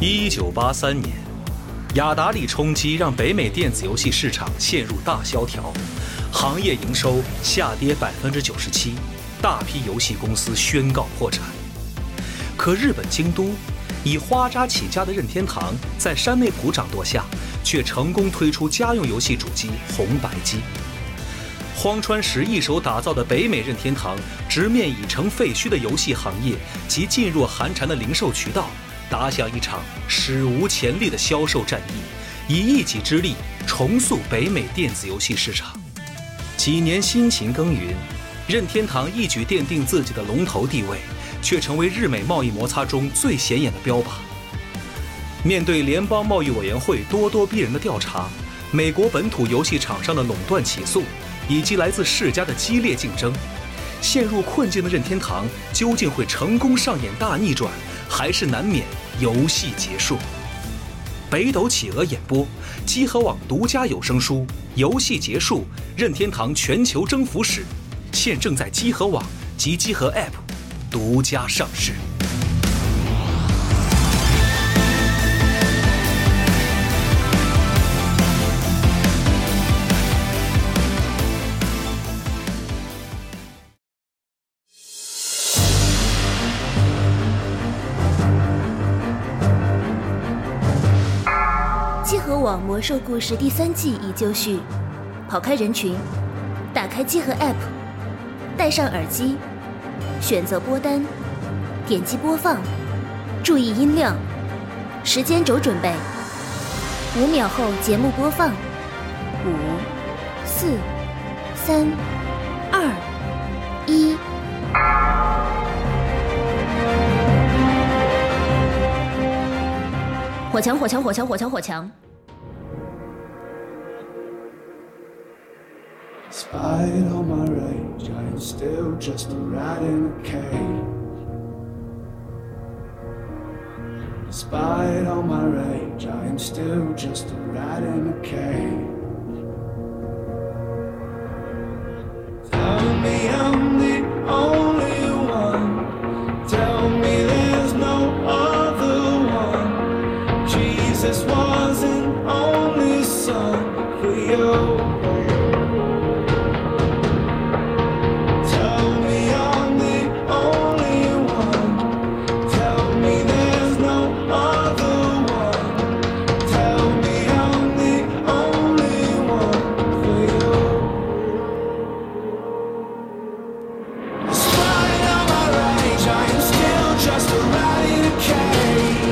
一九八三年，雅达利冲击让北美电子游戏市场陷入大萧条，行业营收下跌百分之九十七，大批游戏公司宣告破产。可日本京都，以花渣起家的任天堂在山内鼓掌舵下，却成功推出家用游戏主机红白机。荒川石一手打造的北美任天堂，直面已成废墟的游戏行业及噤若寒蝉的零售渠道，打响一场史无前例的销售战役，以一己之力重塑北美电子游戏市场。几年辛勤耕耘，任天堂一举奠定自己的龙头地位，却成为日美贸易摩擦中最显眼的标靶。面对联邦贸易委员会咄咄逼人的调查，美国本土游戏厂商的垄断起诉，以及来自世家的激烈竞争，陷入困境的任天堂究竟会成功上演大逆转，还是难免游戏结束？北斗企鹅演播，积禾网独家有声书《游戏结束：任天堂全球征服史》，现正在积禾网及积禾 App 独家上市。积禾网《魔兽故事》第三季已就绪，跑开人群，打开积禾 App，戴上耳机，选择播单，点击播放，注意音量，时间轴准备，五秒后节目播放，五、四、三、二、一。火墙，火墙，火墙，火墙，火墙！ Spite all my rage, I am still just a rat in a cage. Spite all my rage, I am still just a rat in a cage. Tell me I'm the only one. Tell me there's no other one. Jesus was an only son for you. Tell me I'm the only one. Tell me there's no other one. Tell me I'm the only one for you. Despite all my rage, I am still just a rat in a cage.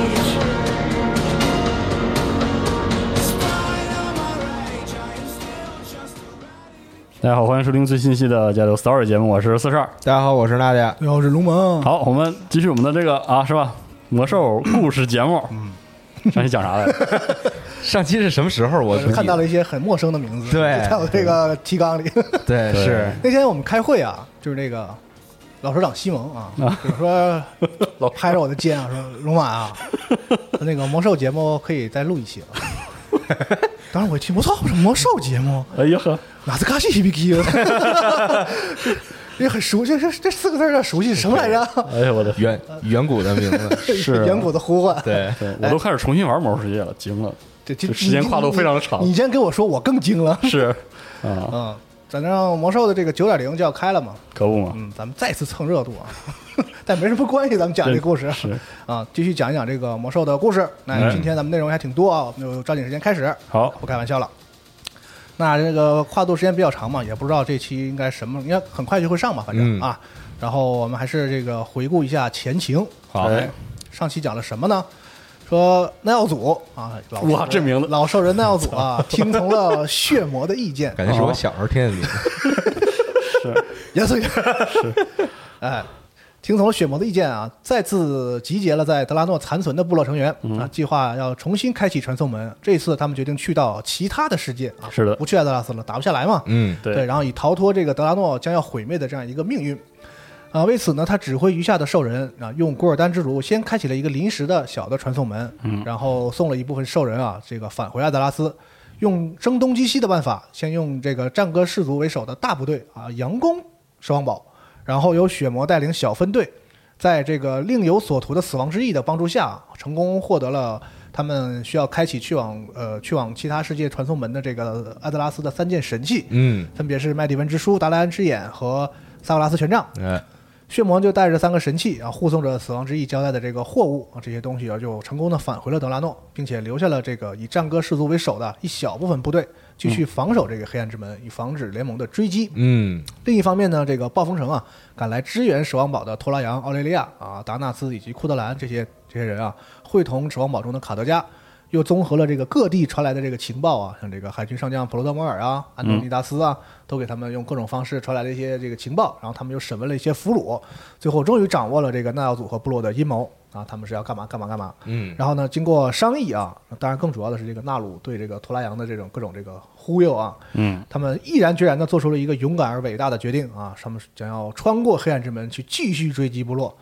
Despite all my rage, I am still just a rat. 大家好，欢迎收听最新一期的《交流 Story》节目，我是四十二。大家好，我是娜姐。大家好，我哎是龙门。啊好，我们继续我们的这个啊，是吧？魔兽故事节目，上期讲 啥来着？上期是什么时候？我呃看到了一些很陌生的名字，对就在我这个提纲里。 对，对是那天我们开会啊，就是那个老首长西蒙啊，比如说拍着我的肩啊，说龙马啊，那个魔兽节目可以再录一期 啊。当时我一听，我操，什么魔兽节目？哎呀呵，哪次嘎西西比基？ 这很熟，这这这四个字儿要熟悉什么来着？哎呀我的，远远古的名 字。是啊远古的呼唤。对，对哎我都开始重新玩《魔兽世界》了，惊了，这这这时间跨度非常的长你，你今天跟我说，我更惊了。是啊，嗯，反正魔兽的这个九点零就要开了嘛，可不嘛，嗯，咱们再次蹭热度啊， 但没什么关系，咱们讲这故事是啊，继续讲一讲这个魔兽的故事。那嗯今天咱们内容还挺多啊，我们就抓紧时间开始，好，不开玩笑了。那这个跨度时间比较长嘛，也不知道这期应该什么，应该很快就会上吧，反正嗯啊。然后我们还是这个回顾一下前情。好哎上期讲了什么呢？说耐奥祖啊，老哇这名字老兽人耐奥祖 啊，听从了血魔的意见，感觉是我小时候听的名字。严肃一点。 哎，听从了雪魔的意见啊，再次集结了在德拉诺残存的部落成员、嗯啊，计划要重新开启传送门。这次他们决定去到其他的世界啊，是的不去艾泽拉斯了，打不下来嘛。嗯，对然后以逃脱这个德拉诺将要毁灭的这样一个命运。啊，为此呢，他指挥余下的兽人啊，用古尔丹之炉先开启了一个临时的小的传送门，然后送了一部分兽人啊，这个返回阿德拉斯，用声东击西的办法，先用这个战歌氏族为首的大部队啊，佯攻蛇王堡，然后由血魔带领小分队，在这个另有所图的死亡之翼的帮助下，成功获得了他们需要开启去往呃去往其他世界传送门的这个阿德拉斯的三件神器，嗯，分别是麦迪文之书、达莱安之眼和萨格拉斯权杖。哎，血魔就带着三个神器啊，护送着死亡之翼交代的这个货物啊，这些东西啊，就成功的返回了德拉诺，并且留下了这个以战歌氏族为首的一小部分部队继续防守这个黑暗之门，以防止联盟的追击。嗯，另一方面呢，这个暴风城啊，赶来支援守望堡的托拉扬、奥雷利亚啊、达纳斯以及库德兰这些这些人啊，会同守望堡中的卡德加，又综合了这个各地传来的这个情报啊，像这个海军上将普罗德摩尔啊、安东尼达斯啊，都给他们用各种方式传来了一些这个情报，然后他们又审问了一些俘虏，最后终于掌握了这个纳奥祖和部落的阴谋啊，他们是要干嘛干嘛干嘛。嗯，然后呢，经过商议啊，当然更主要的是这个纳鲁对这个托拉扬的这种各种这个忽悠啊，嗯，他们毅然决然地做出了一个勇敢而伟大的决定啊，他们想要穿过黑暗之门去继续追击部落，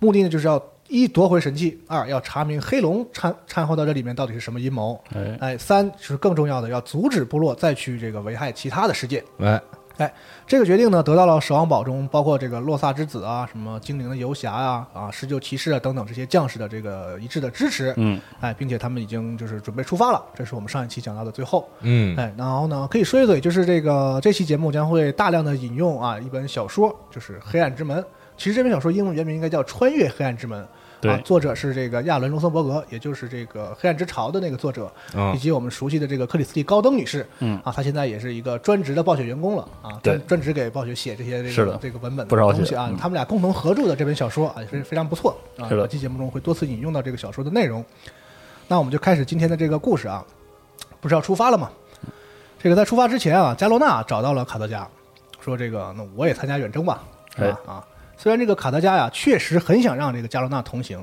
目的呢就是要一夺回神器，二要查明黑龙掺掺和到这里面到底是什么阴谋，哎，哎，三是更重要的要阻止部落再去这个危害其他的世界。哎，哎，这个决定呢，得到了《守望堡》中包括这个洛萨之子啊、什么精灵的游侠啊、啊施救骑士啊等等这些将士的这个一致的支持。嗯，哎，并且他们已经就是准备出发了，这是我们上一期讲到的最后。嗯，哎，然后呢，可以说一嘴，就是这个这期节目将会大量的引用啊一本小说，就是《黑暗之门》。其实这本小说英文原名应该叫《穿越黑暗之门》，对啊，作者是这个亚伦·隆森伯格，也就是这个《黑暗之潮》的那个作者，嗯以及我们熟悉的这个克里斯蒂·高登女士，嗯啊，她现在也是一个专职的暴雪员工了啊，对专专职给暴雪写这些这是个的这个文本不少东西写啊嗯，他们俩共同合著的这本小说啊，也是非常不错啊。是的本期节目中会多次引用到这个小说的内容。那我们就开始今天的这个故事啊，不是要出发了吗？这个在出发之前啊，加罗纳找到了卡德加，说这个那我也参加远征吧，是吧？啊，虽然这个卡德加呀确实很想让这个加罗纳同行，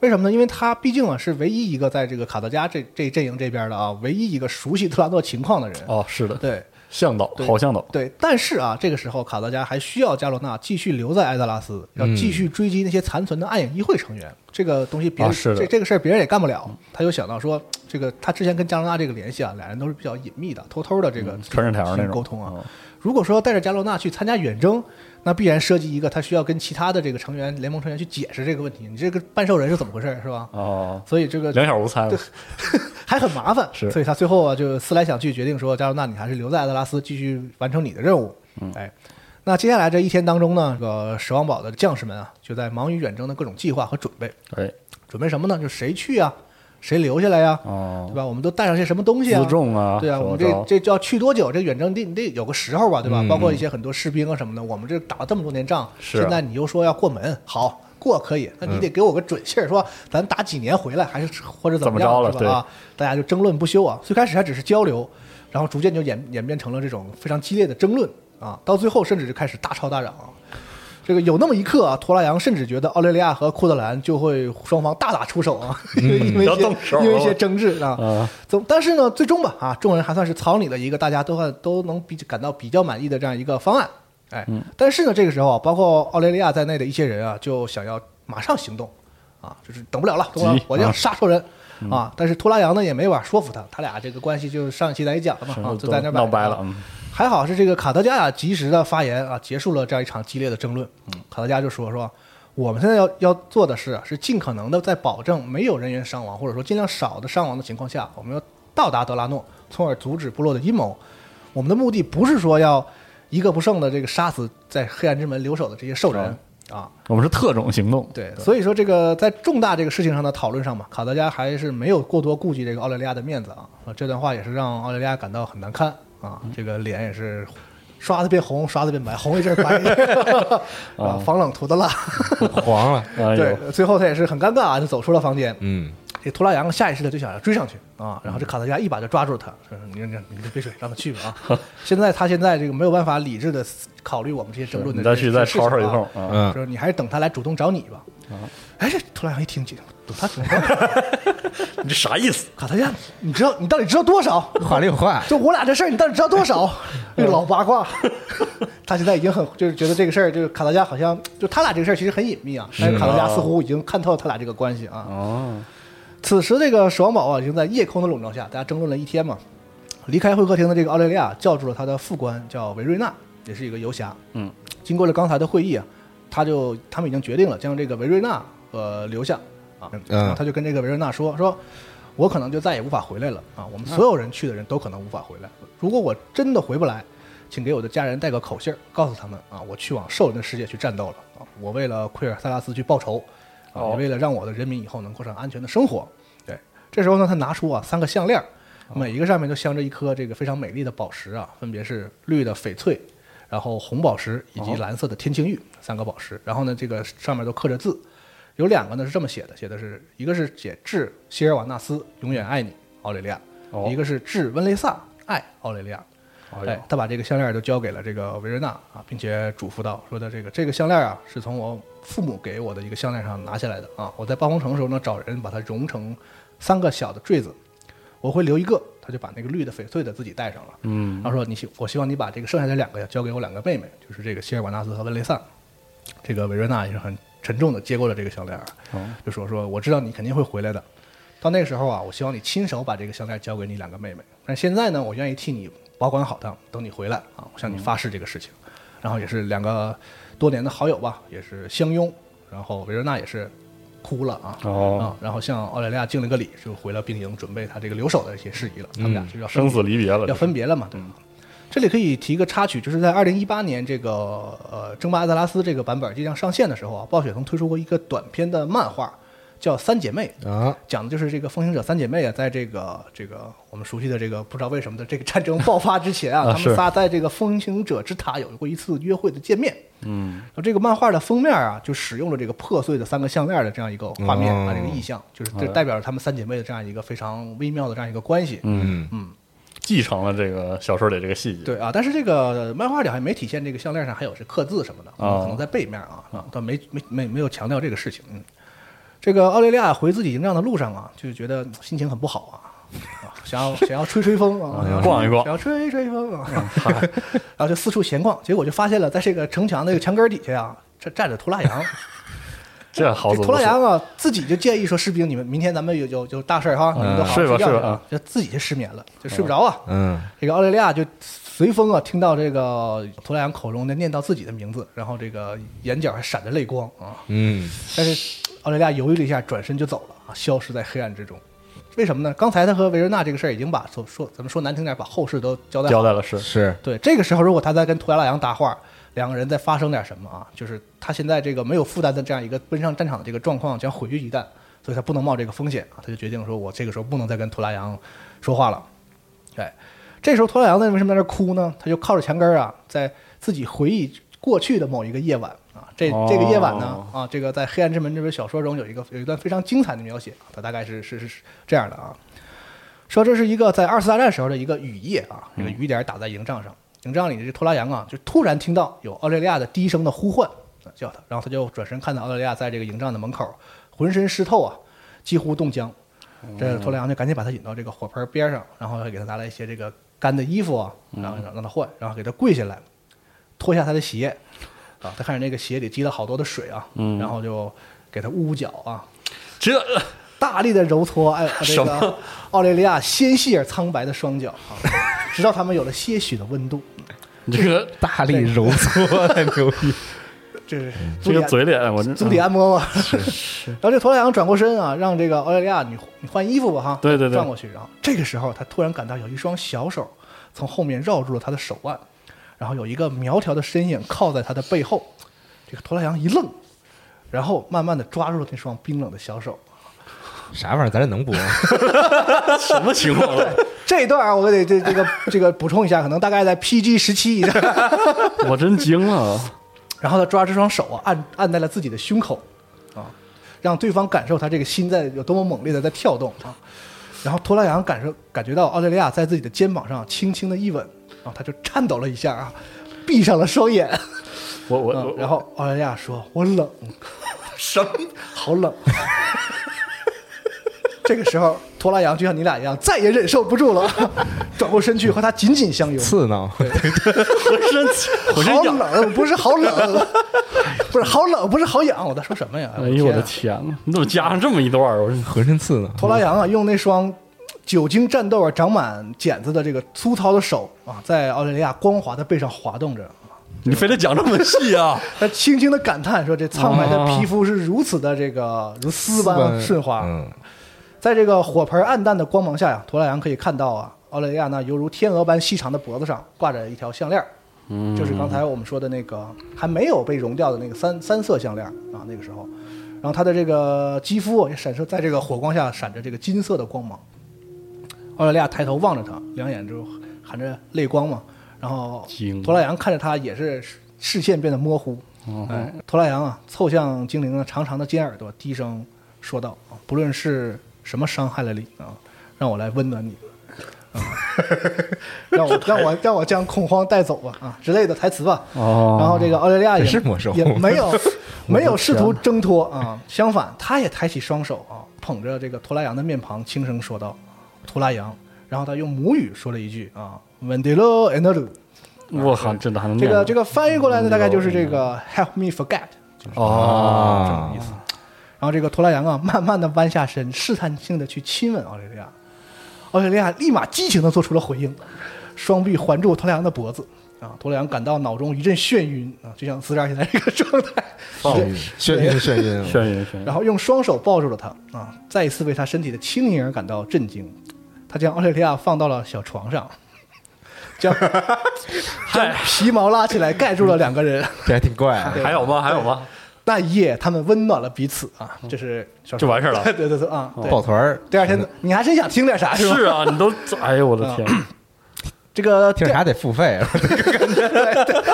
为什么呢？因为他毕竟啊是唯一一个在这个卡德加这这阵营这边的啊，唯一一个熟悉特拉诺情况的人。哦，是的，对向导，好向导，对，但是啊，这个时候卡德加还需要加罗纳继续留在埃德拉斯，要嗯继续追击那些残存的暗影议会成员。这个东西别人、啊是的这这个事儿别人也干不了。他又想到说，这个他之前跟加罗纳这个联系啊，俩人都是比较隐秘的，偷偷的这个嗯传纸条那种沟通啊。嗯如果说带着加罗纳去参加远征，那必然涉及一个他需要跟其他的这个成员联盟成员去解释这个问题，你这个半兽人是怎么回事，是吧？哦，所以这个两小无猜嘛，还很麻烦，是所以他最后啊，就思来想去，决定说，加罗纳，你还是留在艾德拉斯继续完成你的任务。嗯，哎，那接下来这一天当中呢，这个蛇王堡的将士们啊，就在忙于远征的各种计划和准备，哎，准备什么呢？就谁去啊，谁留下来呀、哦对，吧？我们都带上些什么东西啊？自重啊，对啊，怎么我们这着嗯这就要去多久？这远征地你得有个时候吧，对吧？包括一些很多士兵啊什么的，我们这打了这么多年仗，是啊嗯现在你又说要过门，好过可以，那你得给我个准信儿，说咱打几年回来，还是或者怎怎么着样，了是吧？啊，大家就争论不休啊。最开始还只是交流，然后逐渐就演演变成了这种非常激烈的争论啊，到最后甚至就开始大吵大嚷。这个有那么一刻啊，托拉扬甚至觉得奥雷利亚和库德兰就会双方大打出手啊， 因嗯为一要些动手因为一了些争执啊。啊，总但是呢，最终吧啊，众人还算是草拟了一个大家都还都能比感到比较满意的这样一个方案。哎，嗯但是呢，这个时候啊，包括奥雷利亚在内的一些人啊，就想要马上行动啊，就是等不了了，等不了急，我就要啊嗯杀仇人。啊！但是托拉扬呢也没法说服他，他俩这个关系就是上一期咱也讲了嘛，是啊，都就在那儿闹掰着了，嗯还好是这个卡德加呀及时的发言啊，结束了这样一场激烈的争论。嗯卡德加就说说，我们现在要要做的是啊，是尽可能的在保证没有人员伤亡，或者说尽量少的伤亡的情况下，我们要到达德拉诺，从而阻止部落的阴谋。我们的目的不是说要一个不剩的这个杀死在黑暗之门留守的这些兽人啊，我们是特种行动，对，所以说这个在重大这个事情上的讨论上嘛，卡德加还是没有过多顾及这个澳大利亚的面子啊。啊这段话也是让澳大利亚感到很难堪啊，嗯这个脸也是刷子变红，刷子变白，红一阵儿白一阵 儿啊，防冷涂的 蜡。黄了，哦哎对呦，，最后他也是很尴尬啊，就走出了房间。嗯，这托拉扬下意识的就想要追上去嗯啊，然后这卡德加一把就抓住了他，说：“你你你别追，让他去吧 啊！”现在他现在这个没有办法理智的考虑我们这些争论的你这再些事去情再吵啊，吵一通啊，嗯说你还是等他来主动找你吧。哎，这托拉扬一听，这等他主动找 我你这啥意思？卡特加，你知道你到底知道多少？话里有话，就我俩这事儿，你到底知道多少？那个老八卦， 他现在已经很就是觉得这个事儿，就是卡特加好像就他俩这个事儿其实很隐秘啊，但是卡特加似乎已经看透他俩这个关系啊。哦，此时这个守望堡啊，已经在夜空的笼罩下，大家争论了一天嘛。离开会客厅的这个奥啊雷利亚叫住了他的副官，叫维瑞纳，也是一个游侠。嗯，经过了刚才的会议啊，他就他们已经决定了将这个维瑞纳呃留下啊，然后他就跟这个维瑞纳说说。我可能就再也无法回来了啊！我们嗯所有人去的人都可能无法回来。如果我真的回不来，请给我的家人带个口信儿，告诉他们啊，我去往兽人的世界去战斗了啊！我为了奎尔塞拉斯去报仇，啊，哦也为了让我的人民以后能过上安全的生活。对，这时候呢，他拿出啊三个项链儿，每一个上面都镶着一颗这个非常美丽的宝石啊，分别是绿的翡翠，然后红宝石以及蓝色的天青玉三个宝石。然后呢，这个上面都刻着字，有两个呢是这么写的，写的是一个是写致希尔瓦纳斯，永远爱你，澳大利亚；哦一个是致温雷萨，爱澳大利亚。哎哎呦，，他把这个项链都交给了这个维瑞纳啊，并且嘱咐道：“说的这个这个项链啊，是从我父母给我的一个项链上拿下来的啊。我在暴风城的时候呢，找人把它熔成三个小的坠子，我会留一个。”他就把那个绿的翡翠的自己戴上了。嗯，他说：“你希我希望你把这个剩下的两个呀交给我两个妹妹，就是这个希尔瓦纳斯和温雷萨。”这个维瑞纳也是很沉重的接过了这个项链，啊哦就说：“说我知道你肯定会回来的。到那个时候啊，我希望你亲手把这个项链交给你两个妹妹。但现在呢，我愿意替你保管好它，等你回来啊，我向嗯你发誓这个事情。然后也是两个多年的好友吧，也是相拥，然后维瑞纳也是哭了啊。哦，啊，然后向澳大利亚敬了个礼，就回了兵营，准备他这个留守的一些事宜了。他们俩就要嗯生分死离别了，要这是分别了嘛，对吧？这里可以提一个插曲，就是在二零一八年这个呃《争霸艾泽拉斯》这个版本即将上线的时候啊，暴雪曾推出过一个短篇的漫画，叫《三姐妹》，啊，讲的就是这个风行者三姐妹啊，在这个这个我们熟悉的这个不知道为什么的这个战争爆发之前啊，啊她是们仨在这个风行者之塔有过一次约会的见面。嗯，然后这个漫画的封面啊，就使用了这个破碎的三个项链的这样一个画面、哦啊，这个意象，就是这代表着她们三姐妹的这样一个非常微妙的这样一个关系。嗯继承了这个小说里这个细节，，对啊，但是这个漫画里还没体现这个项链上还有是刻字什么的，哦可能在背面啊，啊但没没没没有强调这个事情。嗯，这个澳大利亚回自己营帐的路上啊，就觉得心情很不好啊，啊想要想要吹吹 风啊，想要逛一逛想要吹吹风啊， 然后就四处闲逛，结果就发现了在这个城墙那个墙根儿底下啊，这站着涂蜡羊。这 好这走涂拉羊啊，自己就建议说，士兵你们明天咱们有有有大事儿哈，你们都好嗯好睡吧睡觉睡去吧啊，就自己就失眠了，就睡不着啊。嗯，这个澳大利亚就随风啊，听到这个图莱扬口中的念到自己的名字，然后这个眼角还闪着泪光啊。嗯，但是澳大利亚犹豫了一下，转身就走了啊，消失在黑暗之中。为什么呢？刚才他和维罗纳这个事儿已经把所说，咱们说难听点，把后事都交代好交了。代了是，是，对，这个时候如果他再跟图莱拉扬搭话，两个人再发生点什么啊，就是他现在这个没有负担的这样一个奔上战场的这个状况将毁于一旦，所以他不能冒这个风险啊，他就决定说我这个时候不能再跟图莱扬说话了。哎，这时候图莱扬呢为什么在那儿哭呢？他就靠着墙根儿啊，在自己回忆过去的某一个夜晚啊，这哦这个夜晚呢啊，这个在《黑暗之门》这本小说中有一个有一段非常精彩的描写，他大概是是是是这样的啊。说这是一个在二次大战时候的一个雨夜啊，这个雨点打在营帐上，营帐里的这托拉扬啊，就突然听到有澳大利亚的低声的呼唤啊叫他，然后他就转身看到澳大利亚在这个营帐的门口，浑身湿透啊，几乎冻僵。嗯这托拉扬就赶紧把他引到这个火盆边上，然后给他拿来一些这个干的衣服啊，然嗯后让让他换，然后给他跪下来，脱下他的鞋啊，他看着那个鞋里积了好多的水啊，然后就给他捂捂脚啊，嗯这大力的揉搓哎这什个么澳大利亚纤细而苍白的双脚啊，直到他们有了些许的温度。你这 个大力揉搓太牛逼，这是嗯这个嘴脸，我这嗯啊足底按摩嘛。 然后这托拉扬转过身啊，让这个澳大利亚你你换衣服吧哈。对对对转过去。然后这个时候，他突然感到有一双小手从后面绕住了他的手腕，然后有一个苗条的身影靠在他的背后。这个托拉扬一愣，然后慢慢的抓住了那双冰冷的小手。啥玩意儿？咱这能播吗？什么情况啊？这一段啊，我得这这个这个补充一下，可能大概在 PG 十七以上。我真惊了，啊 然后他抓这双手啊，按按在了自己的胸口，啊，让对方感受他这个心在有多么猛烈的在跳动啊。然后托拉扬感受感觉到澳大利亚在自己的肩膀上轻轻的一吻，然后他就颤抖了一下啊，闭上了双眼，我我嗯我，然后澳大利亚说：“我冷，哦 什么？好冷。” 这个时候，托拉扬就像你俩一样，再也忍受不住了， 转过身去和他紧紧相拥。刺挠，浑身 浑身好痒，冷，不是好冷， 不是好冷，不是好痒。我在说什么呀？哎呦我的天啊！天呐，你怎么加上这么一段儿？我浑身刺挠，托拉扬啊，用那双久经战斗而啊长满茧子的这个粗糙的手啊，在澳大利亚光滑的背上滑动着。 你非得讲这么细啊？他轻轻的感叹说：“这苍白的皮肤是如此的这个如丝般顺滑。嗯，在这个火盆暗淡的光芒下呀，图莱扬可以看到啊，奥雷利亚娜犹如天鹅般细长的脖子上挂着一条项链儿，就是刚才我们说的那个还没有被溶掉的那个三三色项链儿啊，那个时候，然后她的这个肌肤也闪烁在这个火光下闪着这个金色的光芒。奥雷利亚抬头望着她，两眼就含着泪光嘛，然后惊图莱扬看着她也是视视线变得模糊，哎，托拉扬啊，凑向精灵的长长的尖耳朵，低声说道：“啊不论是什么伤害了你啊，让我来温暖你，啊，让我让我让我将恐慌带走吧，啊之类的台词吧。”哦然后这个澳大利亚也这是魔兽也没有没有试图挣脱啊，相反，他也抬起双手啊，捧着这个托拉扬的面庞，轻声说道：“托拉扬。”然后他用母语说了一句啊 v e n d e l o e n d l u 我靠，真的还能这念个这个翻译过来呢，大概就是这个 “help me forget”。哦，意思。然后这个托拉扬啊， 慢慢的弯下身，试探性的去亲吻奥利利亚。奥利利亚立马激情的做出了回应，双臂环住托拉扬的脖子。啊，托拉扬感到脑中一阵眩晕啊，就像自然现在这个 状态。放晕，眩晕眩晕，眩晕眩晕然后用双手抱住了他啊，再一次为他身体的轻盈而感到震惊。他将奥利利亚放到了小床上， 将将皮毛拉起来盖住了两个 人。这还挺怪啊。对还有吗？还有吗？那一夜，他们温暖了彼此啊，这是小就说完事儿了 哦对对对对啊，对抱团儿，第二天，你还真想听点啥是吧？嗯是啊，你都，哎呦我的天，这个听着还得付费，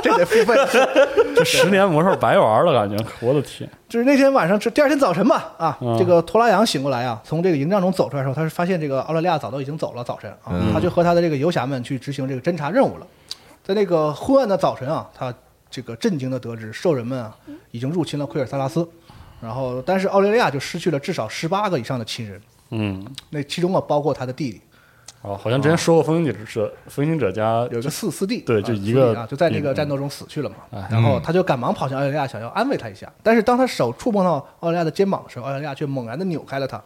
这得付费。 这十年魔兽白玩了，感觉，我的天，啊就是那天晚上，这第二天早晨吧，啊，嗯这个托拉扬醒过来啊，从这个营帐中走出来的时候，他是发现这个澳大利亚早都已经走了，早晨啊，嗯他就和他的这个游侠们去执行这个侦察任务了。在那个昏暗的早晨啊，他这个震惊的得知兽人们啊已经入侵了奎尔萨拉斯，然后但是澳大利亚就失去了至少十八个以上的亲人，嗯，那其中啊包括他的弟弟，哦，好像啊之前说过《风行者》是《风行者》家有一个四四弟，对啊就一四弟个嗯啊，就在那个战斗中死去了嘛。嗯然后他就赶忙跑向澳大利亚，想要安慰他一下。但是当他手触碰到澳大利亚的肩膀的时候，澳大利亚却猛然的扭开了他。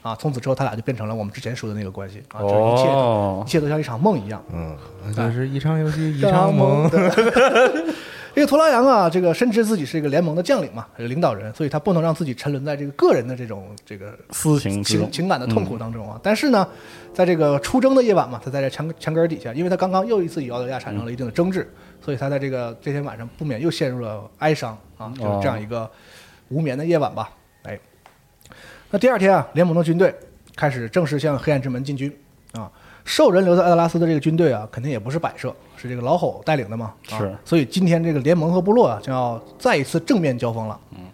啊，从此之后他俩就变成了我们之前说的那个关系啊，就是一切、哦一切都像一场梦一样。嗯，就是一场游戏一啊场梦，这个托拉扬啊，这个深知自己是一个联盟的将领嘛，领导人，所以他不能让自己沉沦在这个个人的这种这个私情之情中，嗯情感的痛苦当中啊。但是呢，在这个出征的夜晚嘛，他在这墙墙根儿底下，因为他刚刚又一次与澳大利亚产生嗯了一定的争执，所以他在这个这天晚上不免又陷入了哀伤啊，就是哦这样一个无眠的夜晚吧。哎，那第二天啊，联盟的军队开始正式向黑暗之门进军啊。兽人留在艾德拉斯的这个军队啊，肯定也不是摆设，是这个老吼带领的嘛。啊是所以今天这个联盟和部落啊，将要再一次正面交锋了。嗯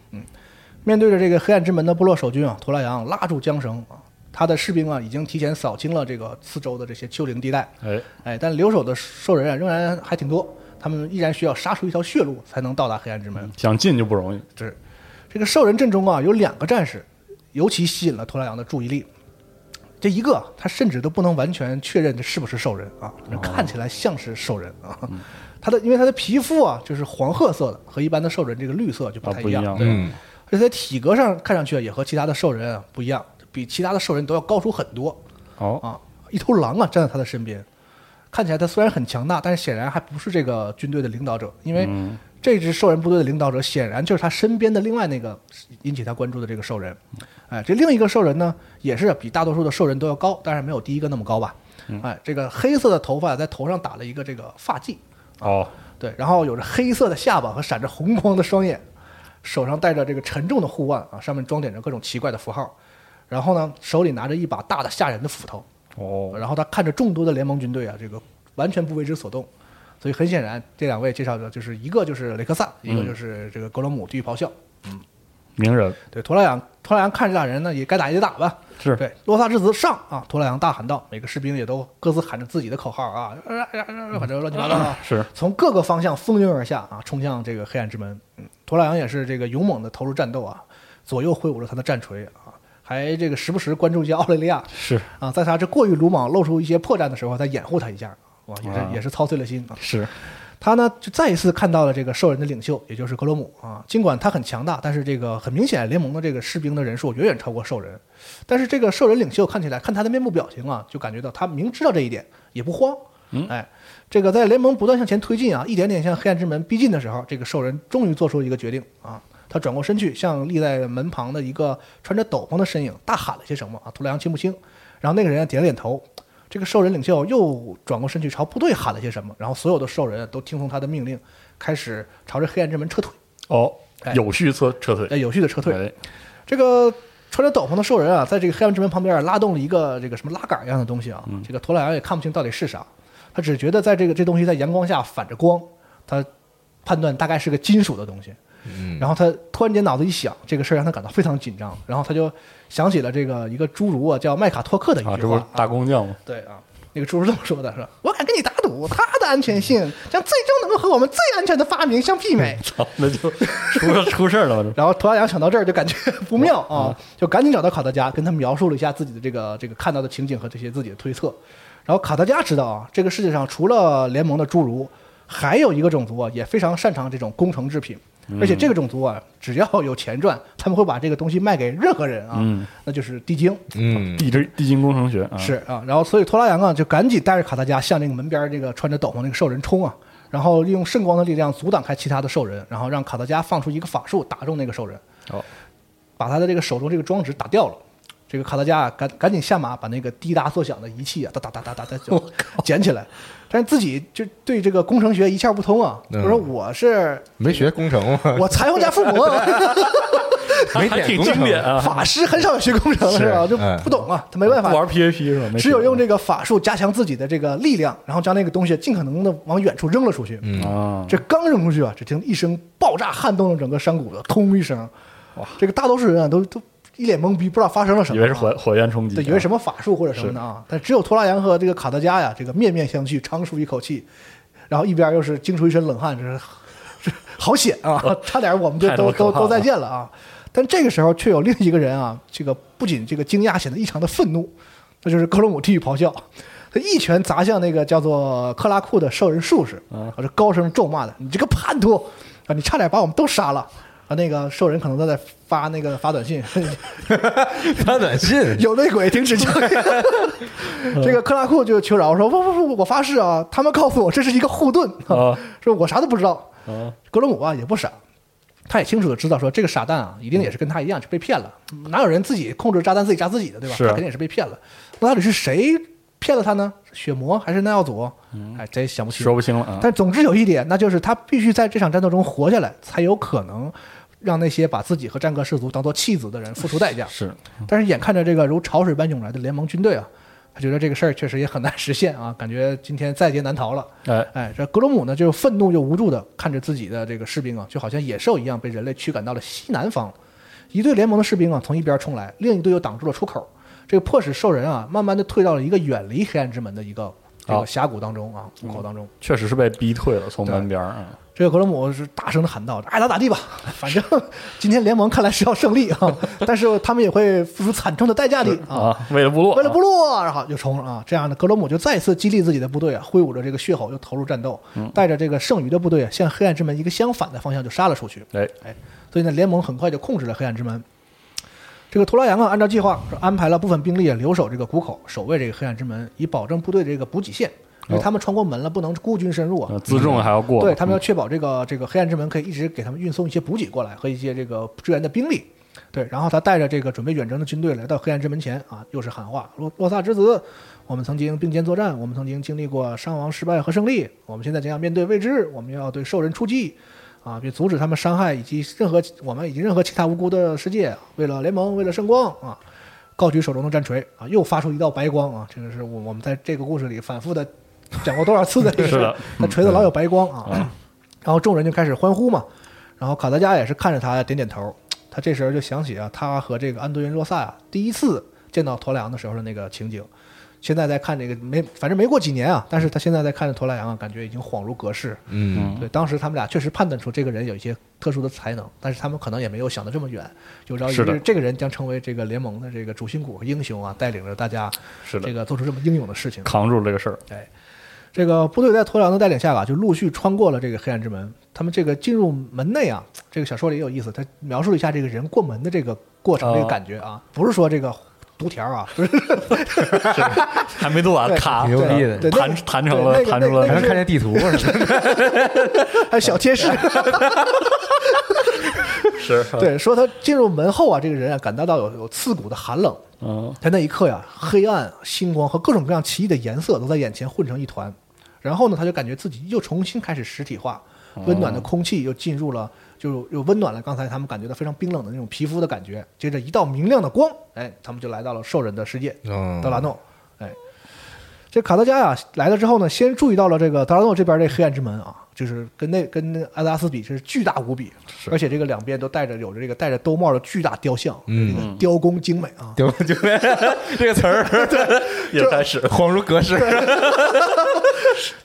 面对着这个黑暗之门的部落守军啊，图拉扬拉住缰绳啊，他的士兵啊已经提前扫清了这个四周的这些丘陵地带。哎，哎，但留守的兽人啊仍然还挺多，他们依然需要杀出一条血路才能到达黑暗之门。想进就不容易，啊是，这个兽人阵中啊，有两个战士，尤其吸引了托拉扬的注意力。这一个，啊他甚至都不能完全确认这是不是兽人啊，哦这看起来像是兽人啊。他的因为他的皮肤啊，就是黄褐色的，和一般的兽人这个绿色就不啊太不一一样。样，嗯，而且在体格上看上去也和其他的兽人啊不一样，比其他的兽人都要高出很多哦，啊！一头狼啊站在他的身边，看起来他虽然很强大，但是显然还不是这个军队的领导者，因为这支兽人部队的领导者显然就是他身边的另外那个引起他关注的这个兽人。哎，这另一个兽人呢，也是比大多数的兽人都要高，但是没有第一个那么高吧？哎，这个黑色的头发在头上打了一个这个发髻，哦，对，然后有着黑色的下巴和闪着红光的双眼，手上戴着这个沉重的护腕啊，上面装点着各种奇怪的符号，然后呢，手里拿着一把大的吓人的斧头，哦，然后他看着众多的联盟军队啊，这个完全不为之所动，所以很显然，这两位介绍的就是一个就是雷克萨，一个就是这个格罗姆地狱咆哮。名人对，托拉扬，托拉扬看这俩人呢，也该打也得打吧。是对，罗萨之子上啊！托拉扬大喊道，每个士兵也都各自喊着自己的口号啊，啊啊啊啊反正乱七八糟啊。嗯是从各个方向蜂拥而下啊，冲向这个黑暗之门。嗯，托拉扬也是这个勇猛的投入战斗啊，左右挥舞着他的战锤啊，还这个时不时关注一下奥雷利亚是啊，在他这过于鲁莽、露出一些破绽的时候，他掩护他一下，哇，也是、也是操碎了心啊。是，他呢就再一次看到了这个兽人的领袖，也就是格罗姆啊。尽管他很强大，但是这个很明显，联盟的这个士兵的人数远远超过兽人。但是这个兽人领袖看起来，看他的面部表情啊，就感觉到他明知道这一点也不慌嗯哎，这个在联盟不断向前推进啊，一点点向黑暗之门逼近的时候，这个兽人终于做出一个决定啊，他转过身去，向立在门旁的一个穿着斗篷的身影大喊了些什么啊，图莱昂听不清。然后那个人点了点头，这个兽人领袖又转过身去朝部队喊了些什么，然后所有的兽人都听从他的命令，开始朝着黑暗之门撤退，哦哎，有序撤撤退，呃，有序的撤退。哎这个穿着斗篷的兽人啊，在这个黑暗之门旁边拉动了一个这个什么拉杆一样的东西啊，嗯这个托莱昂也看不清到底是啥，他只觉得在这个这东西在阳光下反着光，他判断大概是个金属的东西。然后他突然间脑子一想，这个事儿让他感到非常紧张，然后他就想起了这个一个侏儒啊叫麦卡托克的一啊，句这话不是大工匠吗？ 对啊，那个猪是这么说的，是吧？我敢跟你打赌，它的安全性将最终能够和我们最安全的发明相媲美。操，那就 出出事儿了吧？然后涂大阳想到这儿就感觉 不妙啊，就赶紧找到卡德加，跟他描述了一下自己的这个这个看到的情景和这些自己的推测。然后卡德加知道啊，这个世界上除了联盟的侏儒，还有一个种族啊也非常擅长这种工程制品，而且这个种族啊只要有钱赚，他们会把这个东西卖给任何人啊，嗯那就是地精。嗯，地质地精工程学啊，是啊，然后所以托拉扬啊就赶紧带着卡达加向那个门边儿这个穿着斗篷那个兽人冲啊，然后利用圣光的力量阻挡开其他的兽人，然后让卡达加放出一个法术打中那个兽人，哦，把他的这个手中这个装置打掉了。这个卡达加啊赶赶紧下马，把那个滴答作响的仪器啊，哒哒哒哒哒哒 就捡起来，但是自己就对这个工程学一窍不通啊。他嗯说我 是没学工程吗？我裁缝家富婆，没还点挺工程经典啊，法师很少有学工程是是吧？就嗯不懂啊，他没办不法，哎玩 PVP 是呃吧？没啊只有用这这个法术加强自己的这个力量，然后将那个东西尽可能的往远处扔了出去。啊，这刚扔出去啊，只听一声爆炸，撼动了整个山谷的，通一声。哇！这个大多数人啊，都都一脸懵逼，不知道发生了什么、啊以为是火火焰冲击，对，以为什么？么法术或者什么的啊。但只有托拉扬和这个卡德加呀，这个面面相觑，长舒一口气，然后一边又是惊出一身冷汗，这是 这好险啊！差点我们就哦太他妈都都可怕都再了见了啊！但这个时候却有另一个人啊，这个不仅这个惊讶显得异常的愤怒，那就是克罗姆剃羽咆哮。他一拳砸向那个叫做克拉库的兽人术士，啊，这高声咒骂的：“你这个叛徒啊！你差点把我们都杀了！”啊，那个兽人可能都在发那个发短信， 发短信，有内鬼，停止教育。 这个克拉库就求饶说：“不不不，我发誓啊，他们告诉我这是一个护盾，啊 说我啥都不知道。啊，格罗姆啊也不傻，他也清楚的知道说这个傻蛋啊，一定也是跟他一样是被骗了，哪有人自己控制炸弹自己炸自己的，对吧？是他肯定也是被骗了。那到底是谁骗了他呢？血魔还是耐奥祖？哎，这也想不清。嗯说不清了啊。但总之有一点，那就是他必须在这场战斗中活下来，才有可能让那些把自己和战歌氏族当做弃子的人付出代价。是，但是眼看着这个如潮水般涌来的联盟军队啊，他觉得这个事儿确实也很难 实现啊，感觉今天在劫难逃了。哎，哎，这格罗姆呢就愤怒又无助的看着自己的这个士兵啊，就好像野兽一样被人类驱赶到了西南方。一队联盟的士兵啊从一边冲来，另一队又挡住了出口，这个迫使兽人啊慢慢的退到了一个远离黑暗之门的一个这个好峡谷当中啊，谷口当中。确实是被逼退了，从门边儿啊。这个格罗姆是大声的喊道：“爱咋咋地吧， 反正今天联盟看来是要胜利啊， 但是他们也会付出惨重的代价的啊。”啊，为了部落，为了部落，落，然后就冲了啊！这样的格罗姆就再次激励自己的部队啊，挥舞着这个血吼就投入战斗，嗯带着这个剩余的部队啊，向黑暗之门一个相反的方向就杀了出去。哎，所以呢，联盟很快就控制了黑暗之门。这个图拉扬啊，按照计划是安排了部分兵力啊留守这个谷口，守卫这个黑暗之门，以保证部队这个补给线，因为他们穿过门了，不能孤军深入啊呃。哦自重还要过，嗯对他们要确保这个这个黑暗之门可以一直给他们运送一些补给过来和一些这个支援的兵力。对，然后他带着这个准备远征的军队来到黑暗之门前啊，又是喊话：洛洛萨之子，我们曾经并肩作战，我们曾经经历过伤亡、失败和胜利，我们现在将要面对未知，我们要对兽人出击，啊，并阻止他们伤害以及任何我们以及任何其他无辜的世界。为了联盟，为了圣光啊，高举手中的战锤啊，又发出一道白光啊，这个是我我们在这个故事里反复的讲过多少次的这个事儿是的那锤子老有白光啊， 然后众人就开始欢呼嘛，然后卡德加也是看着他点点头，他这时候就想起啊，他和这个安德云洛萨啊第一次见到驼莱昂的时候的那个情景，现在在看这个没，反正没过几年啊，但是他现在在看着驼莱昂啊，感觉已经恍如隔世。 嗯，对，当时他们俩确实判断出这个人有一些特殊的才能，但是他们可能也没有想得这么远，有朝一是的日这个人将成为这个联盟的这个主心骨和英雄啊，带领着大家是的这个做出这么英勇的事情。扛住了这个事 儿，哎，这个部队在驼良的带领下啊，就陆续穿过了这个黑暗之门。他们这个进入门内啊，这个小说里也有意思，他描述了一下这个人过门的这个过程，哦这个感觉啊，不是说这个读条啊，还没录完，卡挺牛逼的对，那弹弹成了，对那个弹出了还那个能看见地图似的。还有小 贴士。是，对，说他进入门后啊，这个人啊感到到有有刺骨的寒冷，嗯，在那一刻呀，黑暗、星光和各种各样奇异的颜色都在眼前混成一团。然后呢，他就感觉自己又重新开始实体化，温哦暖的空气又进入了，就又温暖了刚才他们感觉到非常冰冷的那种皮肤的感觉。接着一道明亮的光，哎，他们就来到了兽人的世界， 嗯德拉诺。哎，这卡德加呀、来了之后呢，先注意到了这个德拉诺这边这黑暗之门啊，就是跟那跟那阿达斯比是巨大无比，而且这个两边都带着有着这个戴着兜帽的巨大雕像，嗯这个雕工精美啊。就就 这个词 儿又开始 恍如隔世。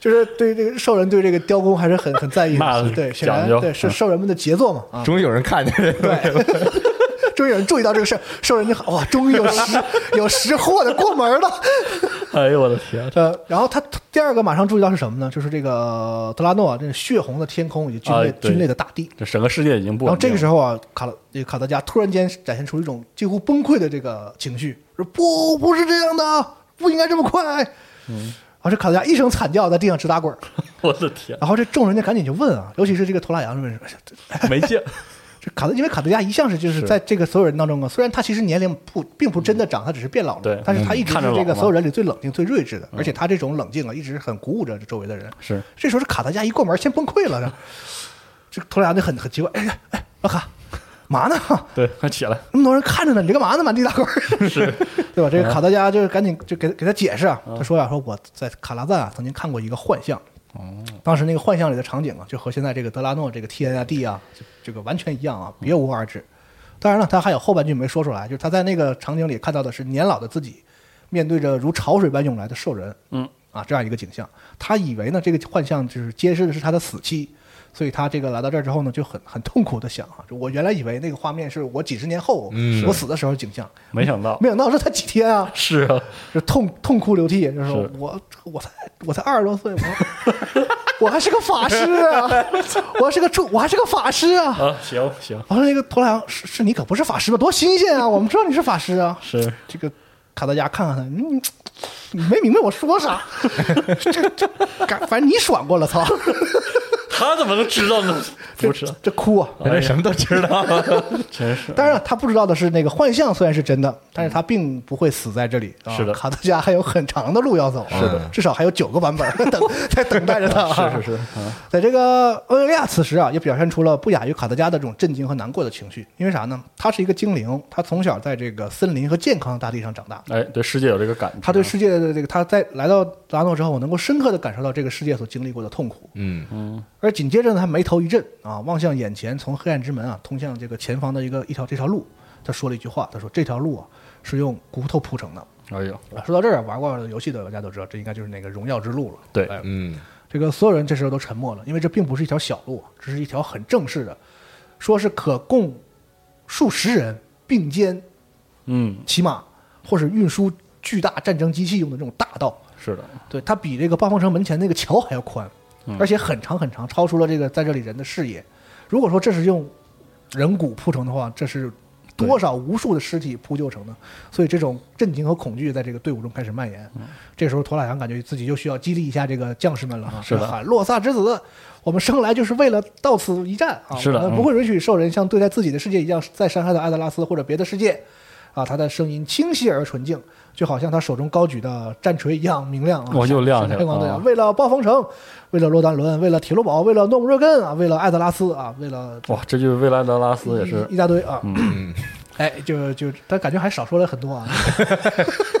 就是对这个兽人对这个雕工还是很很在意那的，是对，显然讲究对是嗯兽人们的 杰作嘛 啊，终于有人看见这个，对， 终于有人注意到这个事儿，兽人就好哇，终于有识有识货的过门了。 哎呦我的天，呃，然后他第二个马上注意到是什么呢？就是这个德拉诺啊，这个血红的天空以及军啊队、对军队的大地。这整个世界已经不然后稳定了，这个时候啊，卡勒这个卡德加突然间展现出一种几乎崩溃的这个情绪，说不不是这样的，不应该这么快。嗯，而这卡德加一声惨叫，在地上直打滚儿。 我的天，然后这众人就赶紧就问啊，尤其是这个托拉扬就问说，哎呀这没见，这卡德，因为卡德加一向是就是在这个所有人当中啊，虽然他其实年龄不并不真的长，他只是变老了，对嗯但是他一直是看着这老个嘛嗯所有人里最冷静、最睿智的，而且他这种冷静啊，一直很鼓舞着周围的人。是这时候是卡德加一过门先崩溃了， 这这个托拉扬就很很奇怪，哎呀哎，老卡，嘛呢？对，快起来，那么多人看着呢，你这干嘛呢？满地打滚儿， 是， 对吧？这嗯个卡德加就是赶紧就给给他解释啊，他说呀、说我在卡拉赞啊曾经看过一个幻象，当时那个幻象里的场景啊，就和现在这个德拉诺这个天啊地啊这这个完全一样啊，别无二致。当然了，他还有后半句没说出来，就是他在那个场景里看到的是年老的自己，面对着如潮水般涌来的兽人，嗯，啊这样一个景象，他以为呢这个幻象就是揭示的是他的死期，所以他这个来到这儿之后呢，就很很痛苦的想啊，就我原来以为那个画面是我几十年后、嗯我死的时候的景象，没想到没想到是他几天啊，是啊，就痛痛哭流涕，就是说是我我才我才二十多岁，我 我还是个法师啊， 我还是个处，我还是个法师啊。啊，行 行，我说那个头狼是是你可不是法师吧？多新鲜啊！我们知道你是法师 啊。是这个卡德加看看他，嗯，你没明白我 说啥？这这，感反正你爽过了，操！他怎么能知道呢？不 是，这哭啊！ 人家什么都知道。真是当然了，他不知道的是，那个幻象虽然是真的，但是他并不会死在这里。啊是的卡德加还有很长的路要走，是的，至少还有九个版本 等 在等待着他啊。是是是，啊，在这个欧维利亚此时啊，也表现出了不亚于卡德加的这种震惊和难过的情绪。因为啥呢？他是一个精灵，他从小在这个森林和健康的大地上长大。哎，对世界有这个感知，他对世界的这个，他在来到达诺之后，能够深刻的感受到这个世界所经历过的痛苦。嗯， 而紧接着呢，他眉头一震啊，望向眼前从黑暗之门啊通向这个前方的一个一条这条路，他说了一句话，他说这条路啊是用骨头铺成的。哎呦，啊，说到这儿啊，玩过游戏的玩家都知道，这应该就是那个荣耀之路了。对哎嗯，这个所有人这时候都沉默了，因为这并不是一条小路，这是一条很正式的，说是可供数十人并肩嗯，骑马或是运输巨大战争机器用的这种大道。是的，对，它比这个暴风城门前那个桥还要宽，嗯而且很长很长，超出了这个在这里人的视野。如果说这是用人骨铺成的话，这是多少无数的尸体铺就成的，所以这种震惊和恐惧在这个队伍中开始蔓延。嗯这时候，托拉扬感觉自己就需要激励一下这个将士们了啊！是的喊洛萨之子，我们生来就是为了到此一战啊！是的我们嗯不会允许兽人像对待自己的世界一样再伤害到艾德拉斯或者别的世界。啊，他的声音清晰而纯净，就好像他手中高举的战锤一样明亮啊！我就亮起来闪闪光灯啊啊为了暴风城，为了洛丹伦，为了铁路堡，为了诺姆热根啊，为了艾德拉斯啊，为了哇，这句未来的拉斯也是 一，一大堆啊。嗯 哎，就就，但感觉还少说了很 多啊。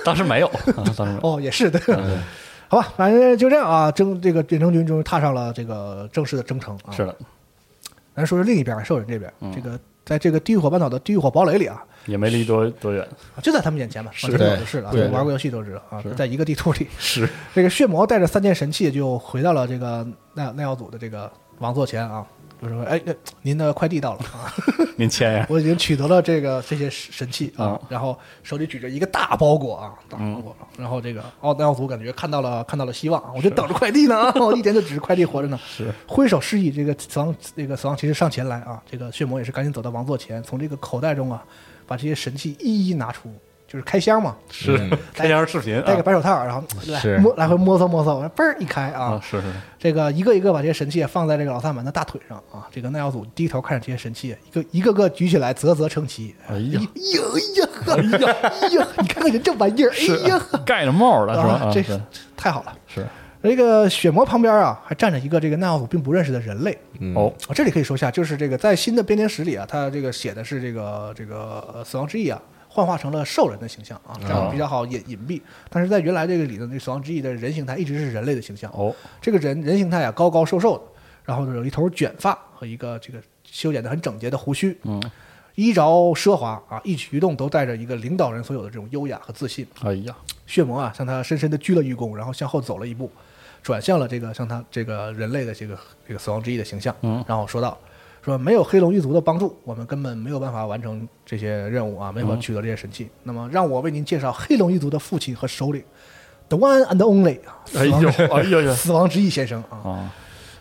当时没有，啊当时没有，哦，也是对。嗯 好吧，反正就这样啊，征这个远征军终于踏上了这个正式的征程啊。是的，嗯咱说说另一边，兽人这边，这个在这个地狱火半岛的地狱火堡垒里啊，也没离多多远，就在他们眼前嘛，是的，就是了啊，对玩过游戏都知道啊，在一个地图里。是这个血魔带着三件神器就回到了这个奈奈奥祖的这个王座前啊，就说：“哎，那您的快递到了啊，您签呀，我已经取得了这个这些神器啊啊，然后手里举着一个大包裹啊，大包裹，然后这个奥奈奥祖感觉看到了看到了希望，我就等着快递呢， 啊我一点就指着快递活着呢，挥手示意这个死亡这个死亡骑士上前来啊，这个血魔也是赶紧走到王座前，从这个口袋中啊把这些神器一一拿出，就是开箱嘛，是开箱视频戴个啊白手套，然后来是摸来回摸索摸索，嘣儿一开啊，啊，是是这个一个一个把这些神器放在这个老萨满的大腿上啊，这个耐奥祖低头看着这些神器，一个一个个举起来，啧啧称奇。哎呀 哎呀呵，哎呀，你看看人这玩意儿，哎呀呵，盖着帽啊了是吧？啊啊这对太好了。是这个血魔旁边啊，还站着一个这个耐奥祖并不认识的人类。哦，我这里可以说一下，就是这个在新的编年史里啊，它这个写的是这个这个呃死亡之翼啊，幻化成了兽人的形象啊，这样比较好隐隐蔽。但是在原来这个里头，那死亡之翼的人形态一直是人类的形象。哦，这个人人形态啊，高高瘦瘦的，然后呢有一头卷发和一个这个修剪的很整洁的胡须，嗯，衣着奢华啊，一举一动都带着一个领导人所有的这种优雅和自信。哎呀，血魔啊，向他深深的鞠了一躬，然后向后走了一步，转向了这个像他这个人类的这个这个死亡之翼的形象，嗯，然后说道：“说没有黑龙一族的帮助，我们根本没有办法完成这些任务啊，没有办法取得这些神器。那么，让我为您介绍黑龙一族的父亲和首领，The One and Only 啊，哎死亡呦，哎呦呦死亡之翼先生啊，啊，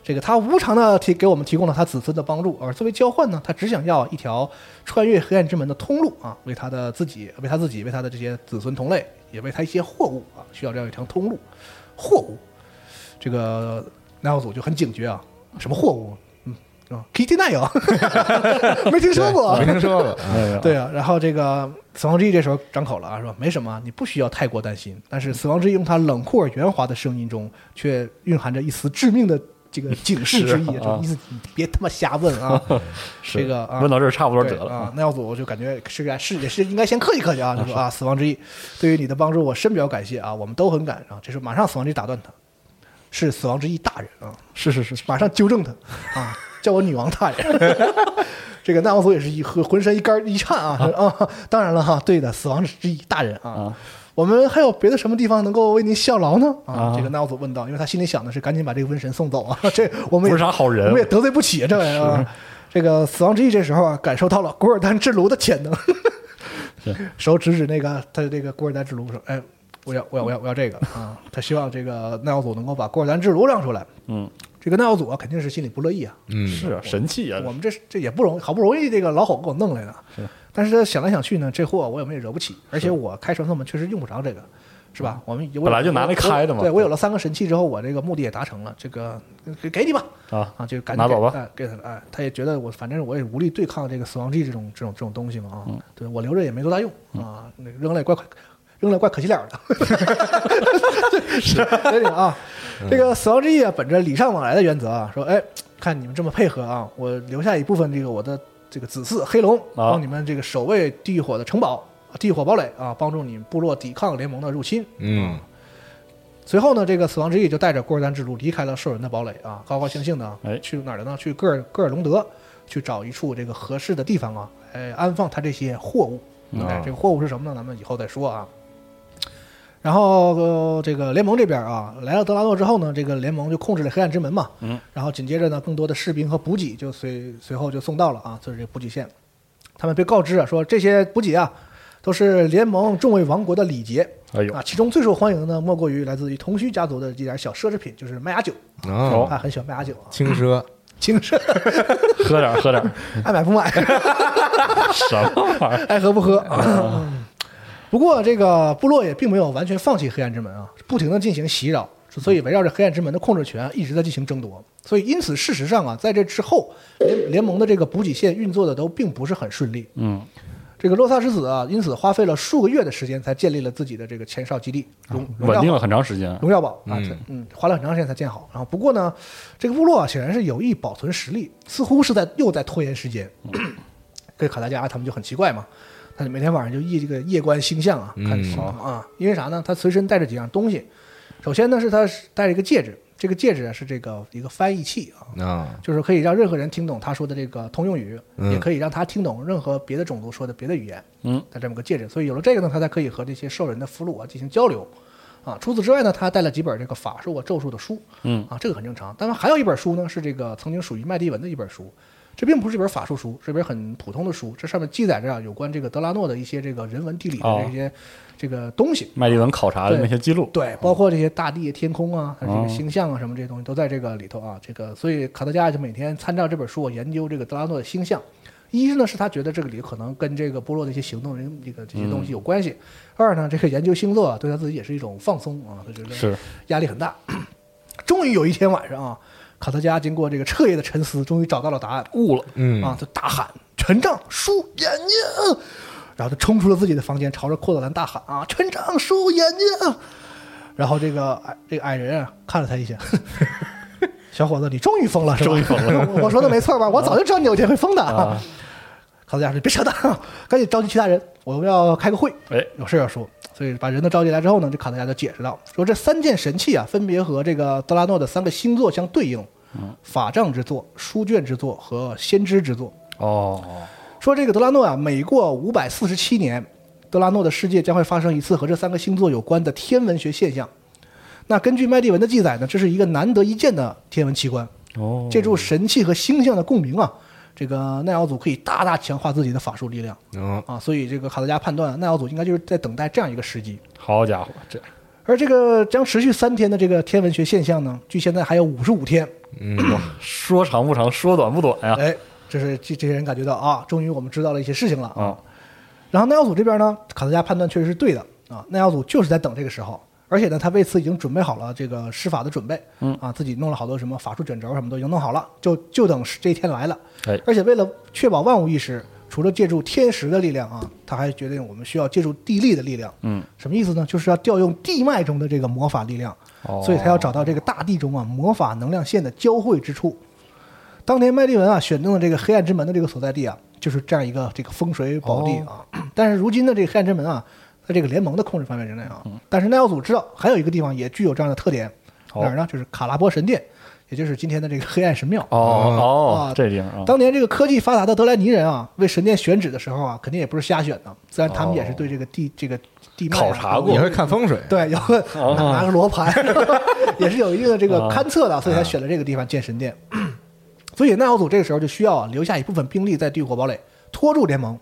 这个他无偿的提给我们提供了他子孙的帮助，而作为交换呢，他只想要一条穿越黑暗之门的通路啊，为他的自己，为他自己，为他的这些子孙同类，也为他一些货物啊，需要这样一条通路。货物，这个南奥组就很警觉啊，什么货物？嗯啊，Kitty 奶油， 没听说过，啊没听说过，哎呀，对啊，然后这个死亡之翼这时候张口了啊，说没什么，你不需要太过担心。但嗯是死亡之翼用他冷酷而圆滑的声音中，却蕴含着一丝致命的这个警示之意， 是啊这意思你别他妈瞎问啊， 是这个啊问到这儿差不多得对了啊。那要组就感觉是该是也是应该先客气客气啊，就 说啊，死亡之翼对于你的帮助我深表感谢啊，我们都很感。然后这时候马上死亡之翼打断他，是死亡之翼大人啊，是是是，马上纠正他啊，叫我女王大人。 这个纳奥索也是一浑浑身一干一颤啊说啊，当然了哈，对的，死亡之翼大人啊。啊我们还有别的什么地方能够为您效劳呢？啊，啊这个纳奥索问道，因为他心里想的是赶紧把这个瘟神送走啊，这我们也不是啥好人我们也得罪不起啊这玩意儿啊。这个死亡之翼这时候啊，感受到了古尔丹之炉的 潜能，手指指那个他的这个古尔丹之炉说：“哎，我要我要我要我要这个啊！”他希望这个奈奥祖能够把古尔丹之炉让出来。嗯，这个奈奥祖啊，肯定是心里不乐意啊。嗯，是啊，神器啊，我们这是这也不容易，好不容易这个老吼给我弄来的，但是他想来想去呢，这货我也没惹不起，而且我开传送门确实用不着这个，是吧？我们我嗯本来就拿来开的嘛我对我有了三个神器之后，我这个目的也达成了，这个给给你吧，啊啊，就赶紧拿走吧哎给他了，哎，他也觉得我反正我也无力对抗这个死亡之翼这种这种这种东西嘛啊，嗯对我留着也没多大用啊，那扔了也怪快。扔了也怪可惜了 的，是真的啊。这个死亡之翼啊，本着礼尚往来的原则啊，说，哎，看你们这么配合啊，我留下一部分这个我的这个子嗣黑龙，啊帮你们这个守卫地狱火的城堡、地狱火堡垒啊，帮助你们部落抵抗联盟的入侵。嗯，随后呢，这个死亡之翼就带着郭尔丹之路离开了兽人的堡垒啊，高高兴兴的啊哎去哪儿了呢？去戈尔戈尔隆德去找一处这个合适的地方啊，哎，安放他这些货物。哎，这个货物是什么呢？咱们以后再说啊。然后、呃这个联盟这边啊，来到德拉诺之后呢，这个联盟就控制了黑暗之门嘛。嗯。然后紧接着呢，更多的士兵和补给就随随后就送到了啊，就是这个补给线。他们被告知啊，说这些补给啊，都是联盟众位王国的礼节。哎呦啊，其中最受欢迎的莫过于来自于同须家族的一点小奢侈品，就是麦芽酒。哦，他很喜欢麦芽酒啊，轻奢，轻奢，喝点儿喝点儿，爱买不买，什 么玩意儿？爱喝不喝。不过这个部落也并没有完全放弃黑暗之门啊，不停的进行袭扰，所以围绕着黑暗之门的控制权啊一直在进行争夺。所以因此，事实上啊，在这之后，联联盟的这个补给线运作的都并不是很顺利。嗯，这个洛萨之子啊，因此花费了数个月的时间才建立了自己的这个前哨基地，荣荣稳耀定号了很长时间啊，荣耀堡啊，嗯这嗯，花了很长时间才建好。然后不过呢，这个部落啊显然是有意保存实力，似乎是在又在拖延时间。跟卡达加他们就很奇怪嘛，他就每天晚上就夜这个夜观星象啊，看情况啊。因为啥呢？他随身带着几样东西，首先呢是他带着一个戒指，这个戒指啊是这个一个翻译器啊，嗯啊，就是可以让任何人听懂他说的这个通用语，嗯也可以让他听懂任何别的种族说的别的语言。嗯，他这么个戒指，所以有了这个呢，他才可以和这些兽人的俘虏啊进行交流。啊，除此之外呢，他还带了几本这个法术啊、咒术的书。嗯，啊，这个很正常。当然还有一本书呢，是这个曾经属于麦迪文的一本书。这并不是一本法术书，是一本很普通的书。这上面记载着啊有关这个德拉诺的一些这个人文地理的哦这些、这个东西。麦迪文考察的那些记录，对，包括这些大地、天空啊，它这个哦星象啊，什么这些东西都在这个里头啊。这个，所以卡德加就每天参照这本书研究这个德拉诺的星象，一呢是他觉得这个里可能跟这个波洛的一些行动、人这个这些东西有关系；二呢，这个研究星座啊对他自己也是一种放松啊，他觉得是压力很大。 终于有一天晚上啊，卡特加经过这个彻夜的沉思，终于找到了答案，悟了，嗯啊，就大喊：“权杖，输眼睛！”然后就冲出了自己的房间，朝着阔特兰大喊：“啊，权杖，输眼睛！”然后这个矮这个矮人啊，看了他一下， 小伙子，你终于疯了，是吧？终于疯了我我说的没错吧？我早就知道你有一天会疯的。 啊卡特加说：“别扯淡啊，赶紧召集其他人，我们要开个会。”哎，有事要说，所以把人都召集来之后呢，这卡特加就解释到，说这三件神器啊，分别和这个德拉诺的三个星座相对应，法杖之作、书卷之作和先知之作。哦，说这个德拉诺啊，每过五百四十七年，德拉诺的世界将会发生一次和这三个星座有关的天文学现象。那根据麦蒂文的记载呢，这是一个难得一见的天文奇观。哦，借助神器和星象的共鸣啊，这个奈奥祖可以大大强化自己的法术力量嗯，啊，所以这个卡特加判断奈奥祖应该就是在等待这样一个时机。好家伙，这而这个将持续三天的这个天文学现象呢，距现在还有五十五天。说长不长，说短不短呀、哎，这是这这些人感觉到啊，终于我们知道了一些事情了啊。啊，然后耐奥组这边呢，卡特加判断确实是对的啊，耐奥组就是在等这个时候，而且呢，他为此已经准备好了这个施法的准备，嗯啊，自己弄了好多什么法术卷轴什么都已经弄好了，就就等是这一天来了。哎而且为了确保万无一失，除了借助天时的力量啊，他还决定我们需要借助地利的力量。嗯，什么意思呢？就是要调用地脉中的这个魔法力量，哦所以他要找到这个大地中啊魔法能量线的交汇之处。当年麦利文啊选中的这个黑暗之门的这个所在地啊，就是这样一个这个风水宝地啊。哦 但是如今的这个黑暗之门啊，在这个联盟的控制范围之内啊。嗯但是耐奥祖知道还有一个地方也具有这样的特点，哦哪儿呢？就是卡拉波神殿，也就是今天的这个黑暗神庙。哦哦啊，这地方啊，当年这个科技发达的德莱尼人啊，为神殿选址的时候啊，肯定也不是瞎选的，自然他们也是对这个地、这个地脉啊考察过你会看风水，对，有个哦拿拿个罗盘， 也是有一定的这个啊勘测的，所以才选了这个地方建神殿。所以奈奥祖这个时候就需要啊留下一部分兵力在地火堡垒拖住联盟，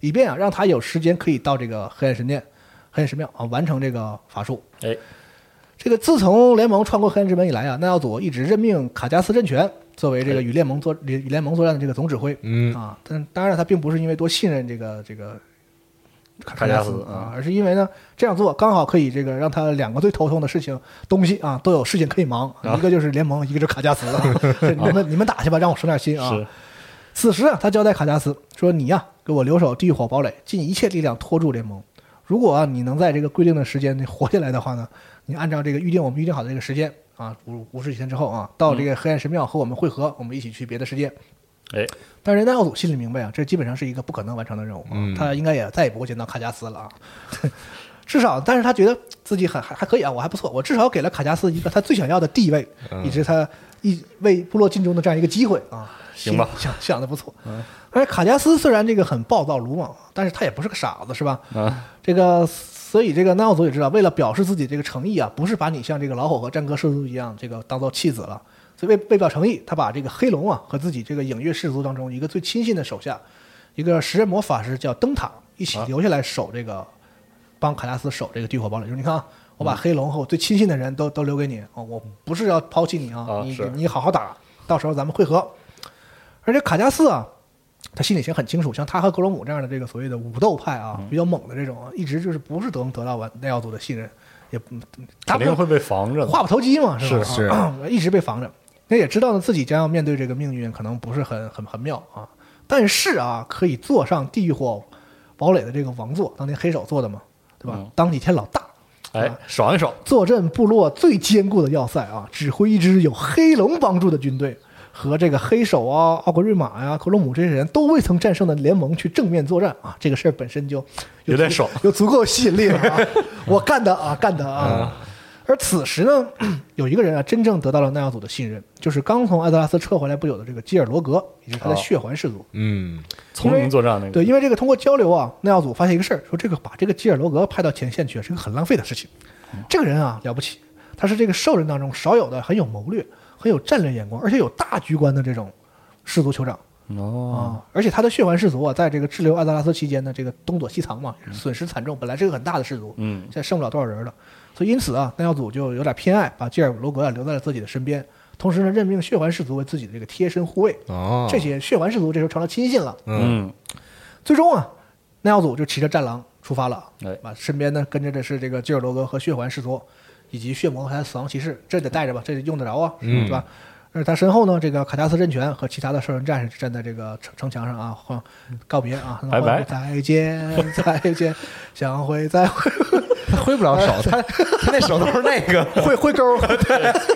以便啊让他有时间可以到这个黑暗神殿、黑暗神庙啊完成这个法术。哎，这个自从联盟穿过黑暗之门以来啊，奈奥祖一直任命卡加斯政权作为这个与联盟作与与联盟作战的这个总指挥。嗯啊，但当然了，他并不是因为多信任这个这个卡加斯嗯啊，而是因为呢这样做刚好可以这个让他两个最头痛的事情东西啊都有事情可以忙，啊一个就是联盟，一个就是卡加斯 啊。这你们你们打去吧，让我省点心啊。是此时啊，他交代卡加斯说：“你呀、给我留守地狱火堡垒，尽一切力量拖住联盟。如果、啊、你能在这个规定的时间内活下来的话呢，你按照这个预定我们预定好的这个时间啊，五五十几天之后啊，到嗯这个黑暗神庙和我们会合，我们一起去别的世界。”哎，但是奈奥祖心里明白啊，这基本上是一个不可能完成的任务啊，他应该也再也不会见到卡加斯了啊。至少，但是他觉得自己很还还可以啊，我还不错，我至少给了卡加斯一个他最想要的地位，嗯以及他一为部落尽忠的这样一个机会啊。行吧心想想的不错。而且卡加斯虽然这个很暴躁鲁莽，但是他也不是个傻子，是吧？啊，这个，所以这个奈奥祖也知道，为了表示自己这个诚意啊，不是把你像这个老火和战歌氏族一样，这个当做弃子了。所以为为表诚意，他把这个黑龙啊和自己这个影月氏族当中一个最亲信的手下，一个食人魔法师叫灯塔，一啊起留下来守这个，帮卡拉斯守这个地火堡垒。就是你看啊，我嗯把黑龙和我最亲信的人都都留给你哦，我不是要抛弃你啊，啊你是你好好打，到时候咱们会合。而且卡加斯啊，他心里先很清楚，像他和格罗姆这样的这个所谓的武斗派啊，嗯比较猛的这种啊，一直就是不是得能得到完耐奥组的信任，也不他肯不定会被防着的。话不投机嘛，吧？是啊 一直被防着。那也知道呢，自己将要面对这个命运，可能不是很很很妙啊。但是啊，可以坐上地狱火堡垒的这个王座，当年黑手做的嘛，对吧？嗯当几天老大，哎，啊爽一爽，坐镇部落最坚固的要塞啊，指挥一支有黑龙帮助的军队，和这个黑手啊、奥格瑞玛呀、克罗姆这些人都未曾战胜的联盟去正面作战啊，这个事儿本身就有点爽， 有足够吸引力了、啊。我干的啊，干的啊！而此时呢， 有一个人啊，真正得到了奈奥祖的信任，就是刚从艾泽拉斯撤回来不久的这个基尔罗格，也就是他的哦血环氏族。嗯，丛林作战那个。对，因为这个通过交流啊，耐奥组发现一个事儿，说这个把这个基尔罗格派到前线去是个很浪费的事情。这个人啊了不起，他是这个兽人当中少有的很有谋略、很有战略眼光，而且有大局观的这种氏族酋长哦，啊。而且他的血环氏族啊，在这个滞留艾泽拉斯期间呢，这个东躲西藏嘛，损失惨重，本来是个很大的氏族，嗯现在剩不了多少人了。所以因此啊，耐奥祖就有点偏爱，把基尔罗格啊留在了自己的身边。同时呢，任命血环氏族为自己的这个贴身护卫。哦，这些血环氏族这时候成了亲信了。嗯，最终啊，耐奥祖就骑着战狼出发了哎，啊，身边呢跟着的是这个基尔罗格和血环氏族，以及血魔和他的死亡骑士，这得带着吧，这得用得着啊，嗯是吧？而他身后呢，这个卡达斯政权和其他的兽人战士站在这个城城墙上啊，欢告别啊，拜拜再见，再见，相会再会，他挥不了哦手，他他那手都是那个会会勾，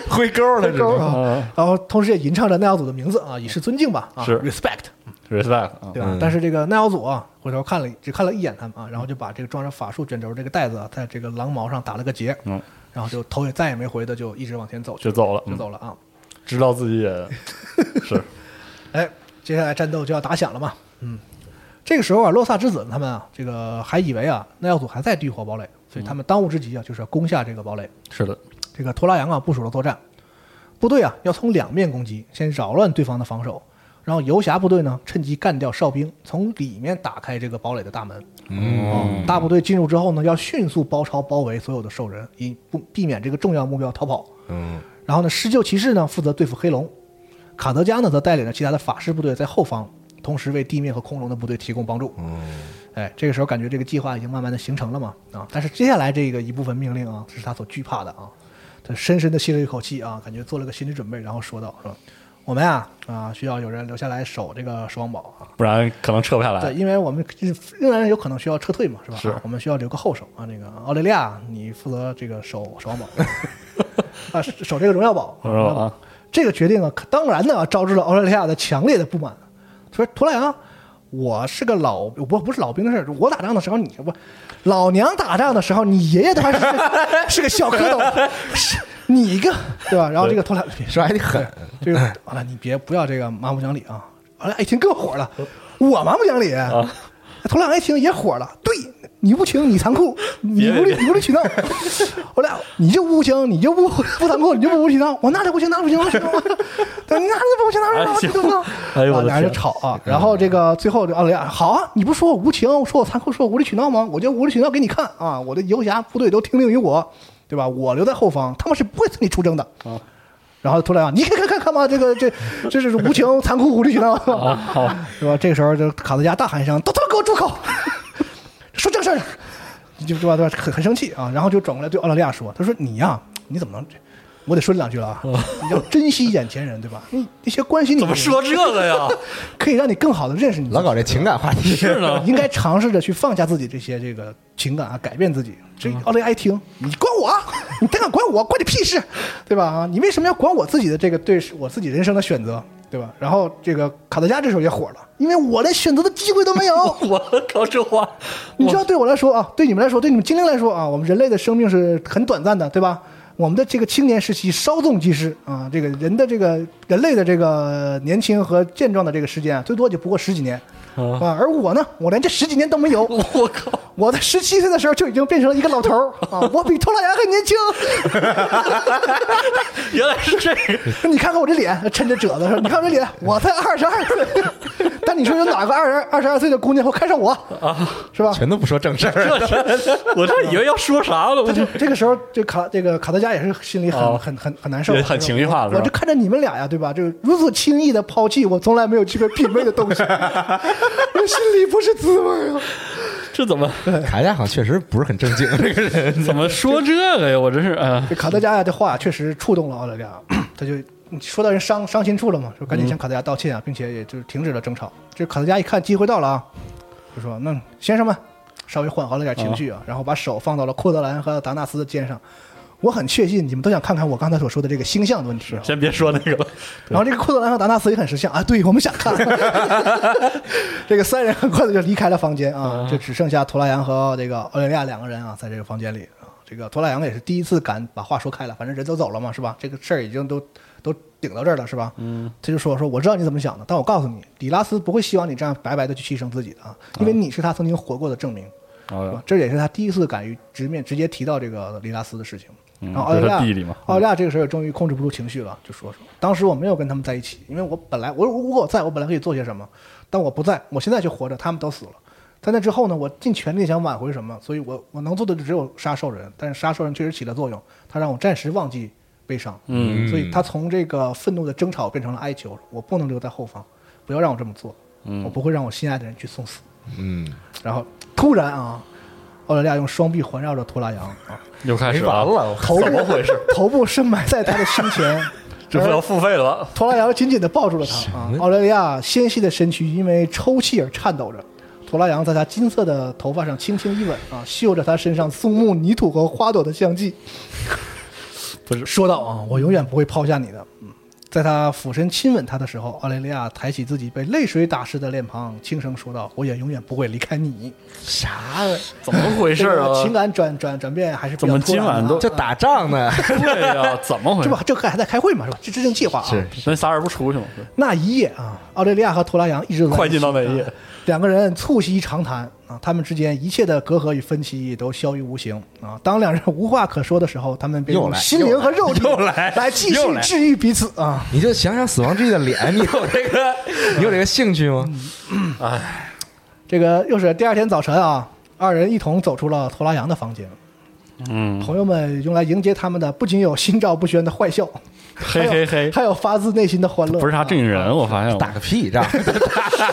挥钩了，会这勾种。啊嗯， 然后同时也吟唱着耐奥祖的名字啊，以示尊敬吧，啊是，respect， respect 啊，对吧？嗯但是这个耐奥祖啊，回头看了只看了一眼他们啊，然后就把这个装着法术卷轴这个袋子啊，在这个狼毛上打了个结，嗯，然后就头也再也没回的就一直往前走去就走了，就嗯走了啊。知道自己也是，哎，接下来战斗就要打响了嘛，嗯，这个时候啊，洛萨之子他们啊，这个还以为啊耐奥祖还在地火堡垒，所以他们当务之急啊，就是要攻下这个堡垒。是的，这个托拉扬啊部署了作战，部队啊要从两面攻击，先扰乱对方的防守，然后游侠部队呢趁机干掉哨兵，从里面打开这个堡垒的大门。嗯，大部队进入之后呢，要迅速包抄包围所有的兽人，以不避免这个重要目标逃跑。嗯，然后呢，施救骑士呢负责对付黑龙，卡德加呢则带领着其他的法师部队在后方，同时为地面和空龙的部队提供帮助。嗯哎，这个时候感觉这个计划已经慢慢的形成了嘛啊，但是接下来这个一部分命令啊，这是他所惧怕的啊，他深深的吸了一口气啊，感觉做了个心理准备，然后说道：“说我们啊啊需要有人留下来守这个守望堡啊，不然可能撤不下对，来。因为我们仍然有可能需要撤退嘛，是吧？哎是啊我们需要留个后手啊。那个奥雷利亚，你负责这个守守望堡啊，守这个荣耀堡。我说啊，这个决定啊，可当然呢，招致了奥雷利亚的强烈的不满。说图莱昂，我是个老不不是老兵的事儿，我打仗的时候你不，老娘打仗的时候你爷爷都还是是 个小蝌蚪，是你一个对吧？然后这个图莱说还得狠，这哎个完了，你别不要这个蛮不讲理啊！完了，一听更火了，我蛮不讲理。啊头两个一听也火了，对你无情，你残酷，你无理，你无理取闹。 我俩你就不无情，你就不不残酷，你就不无理取闹。我哪里不行，哪里不行，哪里不行， 对你哪里不行，哪里不行，对不对？哎呦我的天俩人就吵啊。然后这个最后这奥雷亚，好啊，你不说我无情，说我残酷，说我无理取闹吗？我就无理取闹给你看啊！我的游侠部队都听令于我，对吧？我留在后方，他们是不会对你出征的。然后突然啊，你看看看看吧，这个这这是无情、残酷、无理取 闹，啊是吧？这个时候，就卡德加大喊一声：“都他妈给我住口！ 说正事儿，就对吧？对吧？很很生气啊，然后就转过来对澳大利亚说：‘他说你呀、你怎么能……’我得说你两句 了啊，你要珍惜眼前人，对吧？你那些关心你怎的么人说这个 呀？可以让你更好的认识你自 己啊老搞这情感话题。是啊呢，应该尝试着去放下自己这些这个情感啊，改变自己。这嗯奥雷亚一听，你管我，啊 你胆敢管我，关你屁事，对吧？啊，你为什么要管我自己的这个对我自己人生的选择，对吧？然后这个卡德加这时候也火了，因为我连选择的机会都没有。我靠，这话你知道，对我来说啊，对你们来说，对你们精灵来说啊，我们人类的生命是很短暂的，对吧？我们的这个青年时期稍纵即逝啊，这个人的这个人类的这个年轻和健壮的这个时间啊，最多就不过十几年啊。而我呢，我连这十几年都没有。我靠！我在十七岁的时候就已经变成了一个老头儿啊，我比托拉扬还年轻。原来是这样。 说 你看看我这脸，抻着褶子说：“你看我这脸，我才二十二岁。 但你说有哪个二十二十二岁的姑娘会看上我啊？是吧？全都不说正事儿，我这以为要说啥了，我他就就这个时候，这卡这个卡德加也是心里很、哦很很很难受，也很情绪化了我是吧我就看着你们俩呀，对吧？这个如此轻易的抛弃我从来没有去过品味的东 西，我心里不是滋味儿啊！这 怎么卡家好像确实不是很正经，这个人怎么说这个呀？我真是啊，这卡德加呀，这话呀确实触动了奥雷利亚， 他就你说到人伤伤心处了嘛，就嗯赶紧向卡德加道歉啊，并且也就是停止了争吵。这卡德加一看机会到了啊，就说：“那先生们，稍微缓和了点情哦绪啊，然后把手放到了库德兰和达纳斯的肩上。我很确信你们都想看看我刚才所说的这个星象的问题啊。”先别说那 个了，然后这个库德兰和达纳斯也很识相啊，对我们想看。 这个三人很快的就离开了房间啊，就只剩下图拉扬和这个奥雷利亚两个人啊，在这个房间里啊。这个图拉扬也是第一次敢把话说开了，反正人都走了嘛，是吧？这个事儿已经都都顶到这儿了，是吧？嗯，他就说说我知道你怎么想的，但我告诉你，迪拉斯不会希望你这样白白的去牺牲自己的啊，因为你是他曾经活过的证明，哦是吧？这也是他第一次敢于直面直接提到这个里拉斯的事情。然后奥嗯就利是亚他弟弟嘛嗯奥利亚这个时候也终于控制不住情绪了，就说说当时我没有跟他们在一起，因为我本来我如果我在我本来可以做些什么，但我不在，我现在就活着，他们都死了。在那之后呢，我尽全力想挽回什么，所以我我能做的就只有杀兽人，但是杀兽人确实起了作用，他让我暂时忘记悲伤，嗯所以他从这个愤怒的争吵变成了哀求：我不能留在后方，不要让我这么做，嗯我不会让我心爱的人去送死。嗯，然后突然啊，澳大利亚用双臂环绕着托拉扬，啊又开没始完了， 我头部回事？ 头部深埋在他的胸 前，这不要付费了吧？托拉扬紧紧地抱住了他。啊，澳大利亚纤细的身躯因为抽泣而颤抖着。托拉扬在他金色的头发上轻轻一吻，啊，嗅着他身上松木、泥土和花朵的 香气。不是说到啊，我永远不会抛下你的。嗯，在他俯身亲吻他的时候，澳大利亚抬起自己被泪水打湿的脸庞，轻声说道：“我也永远不会离开你。”啥？怎么回事这啊个？情感转转转变还是比较怎么突然今晚的啊都这打仗呢？ 对呀，怎么回这事不？这还在开会嘛，是吧？这制定计划啊。 是那仨人不出去吗？那一夜啊，澳大利亚和托拉扬一直都在快进到那一夜啊两个人促膝长谈啊，他们之间一切的隔阂与分歧都消于无形啊。当两人无话可说的时候，他们便又用来心灵和肉体又来来继续又来治愈彼此啊。你就想想《死亡之翼》的脸，你有这 个，你有这个兴趣吗？这个又是第二天早晨啊，二人一同走出了托拉扬的房间。嗯，朋友们用来迎接他们的不仅有心照不宣的坏笑，嘿嘿嘿，哎还有发自内心的欢乐。不是啥正啊经人，我发现 打个屁仗！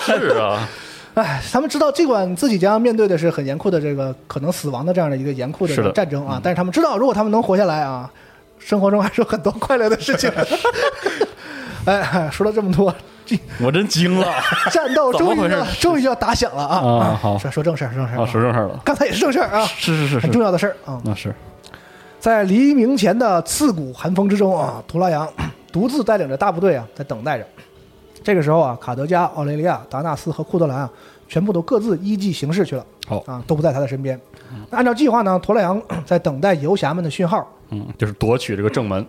是啊，哎，他们知道尽管自己将面对的是很严酷的这个可能死亡的这样的一个严酷的这是的个嗯战争啊，但是他们知道，如果他们能活下来啊，生活中还是有很多快乐的事 情。哎，说了这么多，这 我真惊了。啊战斗终怎么回于事要终于要打响了啊！啊好说说正事儿，说正事儿啊，说正事儿了，刚才也是正事儿啊，是是是嗯是，很重要的事儿啊。那是在黎明前的刺骨寒风之中啊，图拉扬 独自带领着大部队啊，在等待着。这个时候啊，卡德加、奥雷利亚、达纳斯和库德兰啊，全部都各自依计行事去了。好啊，都不在他的身边。那按照计划呢，图拉扬 在等待游侠们的讯号。嗯，就是夺取这个正门，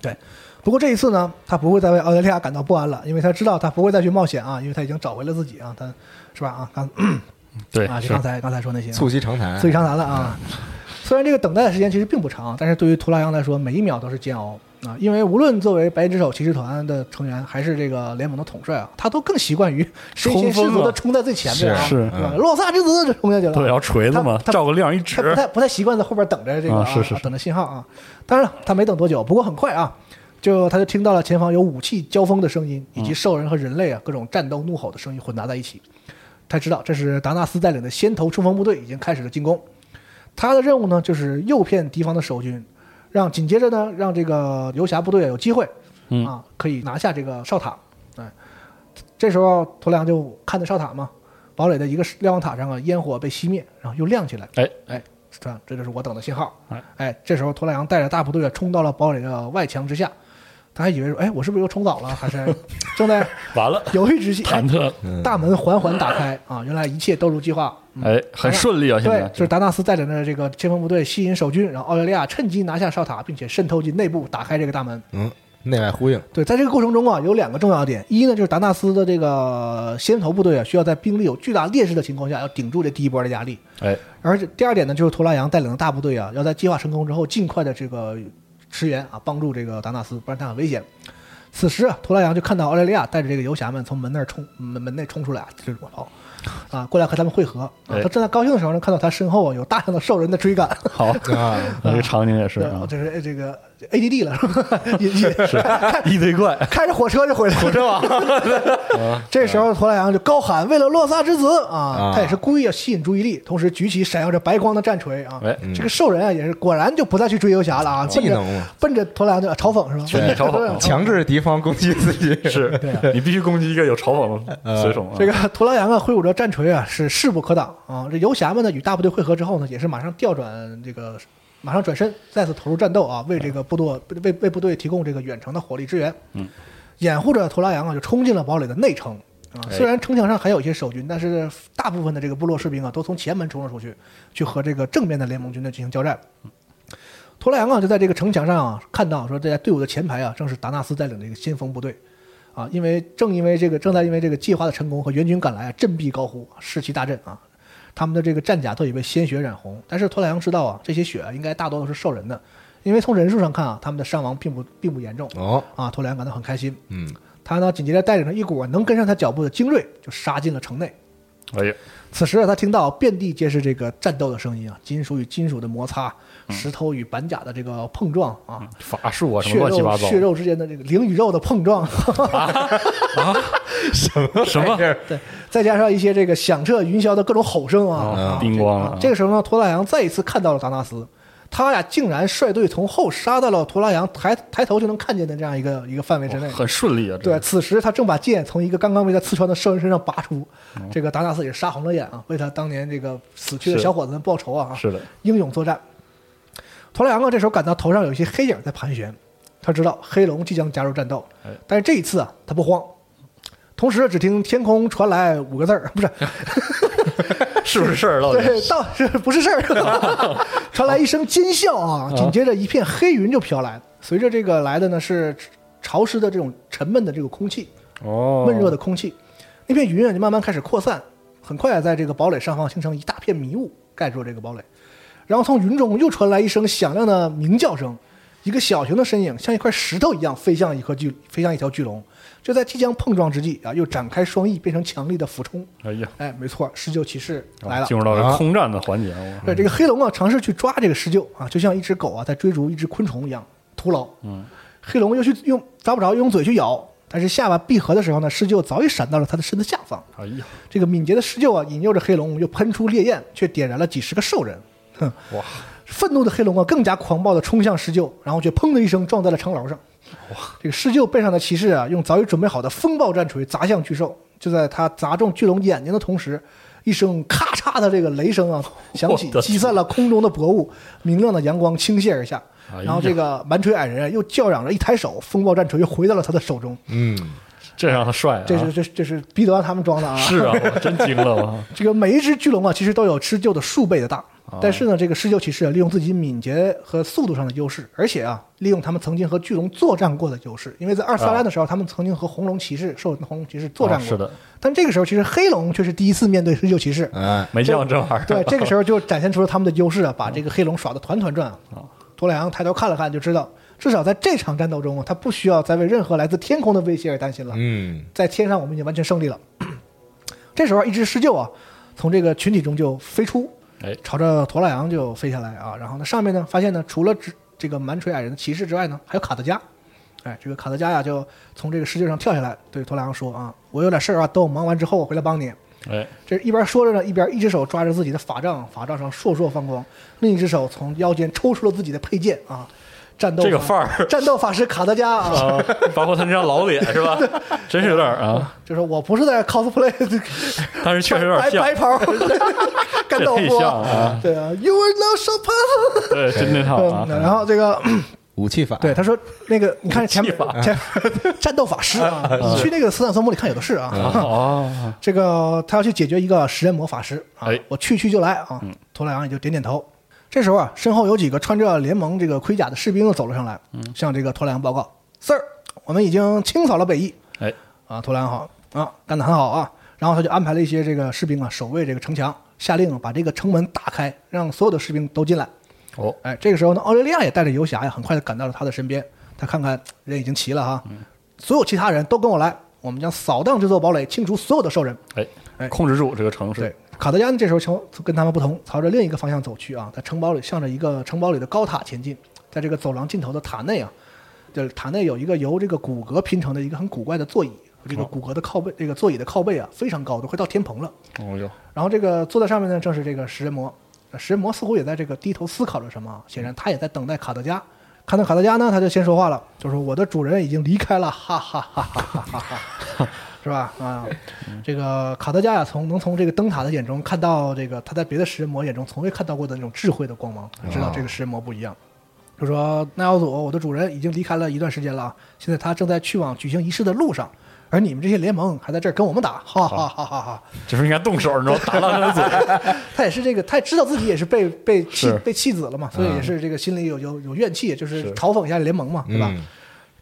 对，不过这一次呢，他不会再为澳大利亚感到不安了，因为他知道他不会再去冒险啊，因为他已经找回了自己啊，他是吧啊？刚对啊，就是刚才刚才说那些啊促膝长谈 所，以长谈了啊。虽然这个等待的时间其实并不长，但是对于图拉扬来说，每一秒都是煎熬啊！因为无论作为白之手骑士团的成员，还是这个联盟的统帅啊，他都更习惯于身先士卒的冲在最前面啊，是吧洛萨之子就冲下去了，对，摇锤子嘛，他他照个亮一他不指，太不太习惯在后边等着这个、啊是是是等着信号啊。当然了他没等多久，不过很快啊，就他就听到了前方有武器交锋的声音，以及嗯兽人和人类啊各种战斗怒吼的声音混杂在一起。他知道这是达纳斯带领的先头冲锋部队已经开始了进攻，他的任务呢就是诱骗敌方的守军，让紧接着呢让这个游侠部队啊有机会嗯啊可以拿下这个哨塔。哎，这时候图良就看着哨塔嘛，堡垒的一个瞭望塔上啊烟火被熄灭，然后又亮起来。哎，哎，这样这就是我等的信号哎。哎，这时候托莱扬带着大部队冲到了堡垒的外墙之下，他还以为说，哎，我是不是又冲倒了？还是正在完了，犹豫之际，忐忑，哎大门缓缓打开啊，原来一切都如计划。哎，很顺利啊，现嗯对，在就是达纳斯带领着这个先锋部队吸引守军，然后澳大利亚趁机拿下哨塔，并且渗透进内部，打开这个大门。嗯，内外呼应，对，在这个过程中啊，有两个重要点，一呢就是达纳斯的这个先头部队啊，需要在兵力有巨大劣势的情况下，要顶住这第一波的压力。哎，而且第二点呢，就是图拉扬带领的大部队啊，要在计划成功之后，尽快的这个驰援啊，帮助这个达纳斯，不然他很危险。此时啊，图拉扬就看到澳大利亚带着这个游侠们从门那儿冲门门内冲出来啊，这是我跑啊，过来和他们会合。啊哎他正在高兴的时候呢，看到他身后啊有大量的兽人的追赶， 好，那这个场景也是啊哦，这是哎这个 ADD 了，是吧？ 也也是一堆怪，开着火车就回来了，火车 王。这时候，托莱扬就高喊：“为了洛萨之子啊啊！”他也是故意要吸引注意力，同时举起闪耀着白光的战锤啊哎。这个兽人啊，也是果然就不再去追游侠了啊，技能嘛奔着奔着托莱扬就啊嘲讽是吧？全体嘲讽 对强制敌方攻击自己，是对啊你必须攻击一个有嘲讽的随从啊，这个图拉扬啊，挥舞着战锤啊，是势不可挡啊！这游侠们呢，与大部队会合之后呢，也是马上调转这个，马上转身，再次投入战斗啊，为这个部队为为部队提供这个远程的火力支援。嗯，掩护着图拉扬啊，就冲进了堡垒的内城啊。虽然城墙上还有一些守军，但是大部分的这个部落士兵啊，都从前门冲了出去，去和这个正面的联盟军队进行交战。托莱扬啊，就在这个城墙上啊，看到说这在队伍的前排啊，正是达纳斯带领的一个先锋部队，啊，因为正因为这个正在因为这个计划的成功和援军赶来啊，振臂高呼，士气大振啊，他们的这个战甲都已被鲜血染红。但是托莱扬知道啊，这些血啊应该大多都是兽人的，因为从人数上看啊，他们的伤亡并不并不严重哦，啊。托莱扬感到很开心，嗯，啊他呢紧接着带领着一股能跟上他脚步的精锐就杀进了城内。哎呀，此时啊，他听到遍地皆是这个战斗的声音啊，金属与金属的摩擦，石头与板甲的这个碰撞啊，法术嗯啊什血么乱七八肉糟血肉之间的这个灵与肉的碰撞， 什么对，再加上一些这个响彻云霄的各种吼声啊，啊叮咣啊了，这个时候呢，托拉扬再一次看到了达纳斯，他俩竟然率队从后杀到了托拉扬抬抬头就能看见的这样一个一个范围之内。很顺利啊，这对，此时他正把剑从一个刚刚被他刺穿的兽人身上拔出，哦这个达纳斯也杀红了眼啊，为他当年这个死去的是小伙子们报仇啊， 是的，英勇作战。托拉扬啊，这时候感到头上有一些黑影在盘旋，他知道黑龙即将加入战斗，但是这一次啊，他不慌。同时，只听天空传来五个字儿，不是，是不是事儿到底？ 对，到是不是事儿？传来一声尖笑啊，紧接着一片黑云就飘来，随着这个来的呢是潮湿的这种沉闷的这个空气，哦，闷热的空气，那片云啊就慢慢开始扩散，很快啊在这个堡垒上方形成一大片迷雾，盖住了这个堡垒。然后从云中又传来一声响亮的鸣叫声，一个小型的身影像一块石头一样飞向一颗巨，飞向一条巨龙。就在即将碰撞之际啊，又展开双翼，变成强力的俯冲。哎呀，哎，没错，施救骑士啊来了进。入到了空战的环节啊，我对，这个黑龙啊，尝试去抓这个施救啊，就像一只狗啊在追逐一只昆虫一样，徒劳。嗯，黑龙又去用抓不着，又用嘴去咬，但是下巴闭合的时候呢，施救早已闪到了他的身子下方。哎呀，这个敏捷的施救啊，引诱着黑龙又喷出烈焰，却点燃了几十个兽人。哼，哇！愤怒的黑龙啊，更加狂暴地冲向施救，然后却砰的一声撞在了长牢上。哇！这个施救背上的骑士啊，用早已准备好的风暴战锤砸向巨兽。就在他砸中巨龙眼睛的同时，一声咔嚓的这个雷声啊 响起我，的天击散了空中的薄雾，明亮的阳光倾泻而下。哎呀然后这个蛮锤矮人啊又叫嚷着一抬手，风暴战锤又回到了他的手中。嗯，这让他帅啊，这是这是这是彼得让他们装的啊！是啊，我真惊了 我这个每一只巨龙啊，其实都有施救的数倍的大，哦但是呢，这个施救骑士啊，利用自己敏捷和速度上的优势，而且啊，利用他们曾经和巨龙作战过的优势，因为在二次大战的时候，他们曾经和红龙骑士、兽人红龙骑士作战过。啊啊是的，啊但这个时候其实黑龙却是第一次面对施救骑 士。哎，没见过这玩意儿，对，这个时候就展现出了他们的优势啊，把这个黑龙耍得团团转啊。托莱昂抬头看了看，就知道至少在这场战斗中啊，他不需要再为任何来自天空的威胁而担心了。嗯，在天上我们已经完全胜利了。 这时候，一只狮鹫啊，从这个群体中就飞出，哎朝着驼拉羊就飞下来啊。然后呢，上面呢发现呢，除了只这个蛮锤矮人的骑士之外呢，还有卡德加。哎，这个卡德加呀，就从这个狮鹫上跳下来，对驼拉羊说啊：“我有点事儿啊，等我忙完之后我回来帮你。” 哎，这一边说着呢，一边一只手抓着自己的法杖，法杖上烁烁放光；另一只手从腰间抽出了自己的佩剑啊，战斗这个法范儿战斗法师卡德加啊， 啊，包括他那张老脸是吧？真是有点儿啊，就是我不是在 cosplay，但是确实有点白像白， 袍，干豆这也腐太像了啊， 对啊，You are not so powerful。对，真那套啊，然后这个，武器法，对他说那个，你看前面武器法前面战斗法师啊，你去那个斯坦森姆里看有的是啊。哦， 这个他要去解决一个食人魔法师啊哎，我去去就来啊。托莱昂也就点点头。这时候啊，身后有几个穿着联盟这个盔甲的士兵又走了上来，嗯向这个托莱昂报告：“Sir，我们已经清扫了北翼，哎，啊，投篮好啊，干得很好啊。然后他就安排了一些这个士兵啊守卫这个城墙，下令啊把这个城门打开，让所有的士兵都进来。哦，哎，这个时候呢，奥利利亚也带着游侠呀，很快的赶到了他的身边。他看看人已经齐了哈，所有其他人都跟我来，我们将扫荡这座堡垒，清除所有的兽人。哎哎，控制住这个城市，对，卡德加呢这时候朝跟他们不同，朝着另一个方向走去啊，在城堡里向着一个城堡里的高塔前进，在这个走廊尽头的塔内啊，就是塔内有一个由这个骨骼拼成的一个很古怪的座椅，这个骨骼的靠背，这个座椅的靠背啊非常高，都快到天棚了。哦哟，然后这个坐在上面呢，正是这个食人魔。呃食人魔似乎也在这个低头思考着什么，显然他也在等待卡德加。看到卡德加呢，他就先说话了，就说：“我的主人已经离开了，哈哈哈哈哈哈哈哈，是吧？”啊，这个卡德加呀、从能从这个灯塔的眼中看到这个他在别的食人魔眼中从未看到过的那种智慧的光芒，知道这个食人魔不一样。就说奈奥祖，我的主人已经离开了一段时间了，现在他正在去往举行仪式的路上，而你们这些联盟还在这儿跟我们打，哈哈哈哈哈。这时候应该动手，你知道，打烂他的嘴，他也是这个，他也知道自己也是 被被气是嗯被气子了嘛，所以也是这个心里有有有怨气，就是是嘲讽一下联盟嘛，对吧？嗯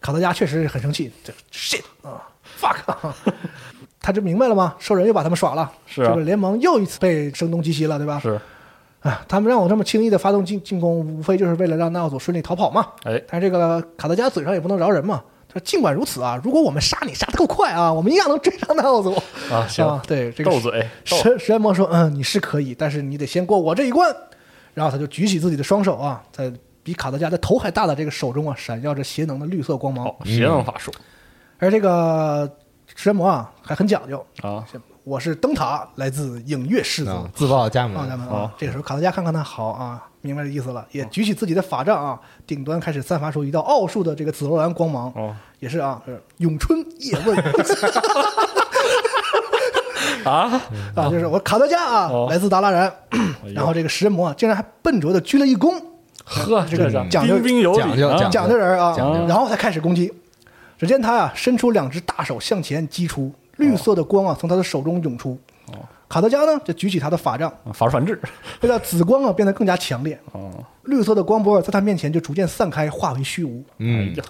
卡德加确实很生气，这 shit 啊，fuck，啊 他就明白了吗？兽人又把他们耍了，是啊这个联盟又一次被声东击西了，对 吧？是，啊，他们让我这么轻易的发动进进攻，无非就是为了让纳奥祖顺利逃跑嘛。哎，但是这个卡德加嘴上也不能饶人嘛，说尽管如此啊，如果我们杀你杀的够快啊，我们一样能追上那奥祖。啊，行，啊，对，这个斗嘴，斗石石原魔说：“嗯，你是可以，但是你得先过我这一关。”然后他就举起自己的双手啊，在比卡德加的头还大的这个手中啊，闪耀着邪能的绿色光芒。哦，邪能法术而这个石原魔啊，还很讲究，啊，我是灯塔，来自影月氏族。啊，自报家啊，咱门，们好啊，这个时候卡德加看看他好啊，明白这意思了，也举起自己的法杖啊，顶端开始散发出一道奥数的这个紫罗兰光芒，哦也是啊，是咏春叶问啊，啊，就是我卡德加啊，哦来自达拉然，哎呦然后这个食人魔啊竟然还笨拙的鞠了一躬，呵，这个是讲究彬彬有礼，讲究啊讲讲究人啊讲究，然后才开始攻击。只见他啊，伸出两只大手向前击出，绿色的光啊从他的手中涌出。哦卡德加呢就举起他的法杖，啊法术反制，为了紫光啊变得更加强烈，哦，绿色的光波在他面前就逐渐散开，化为虚无。嗯哎，呀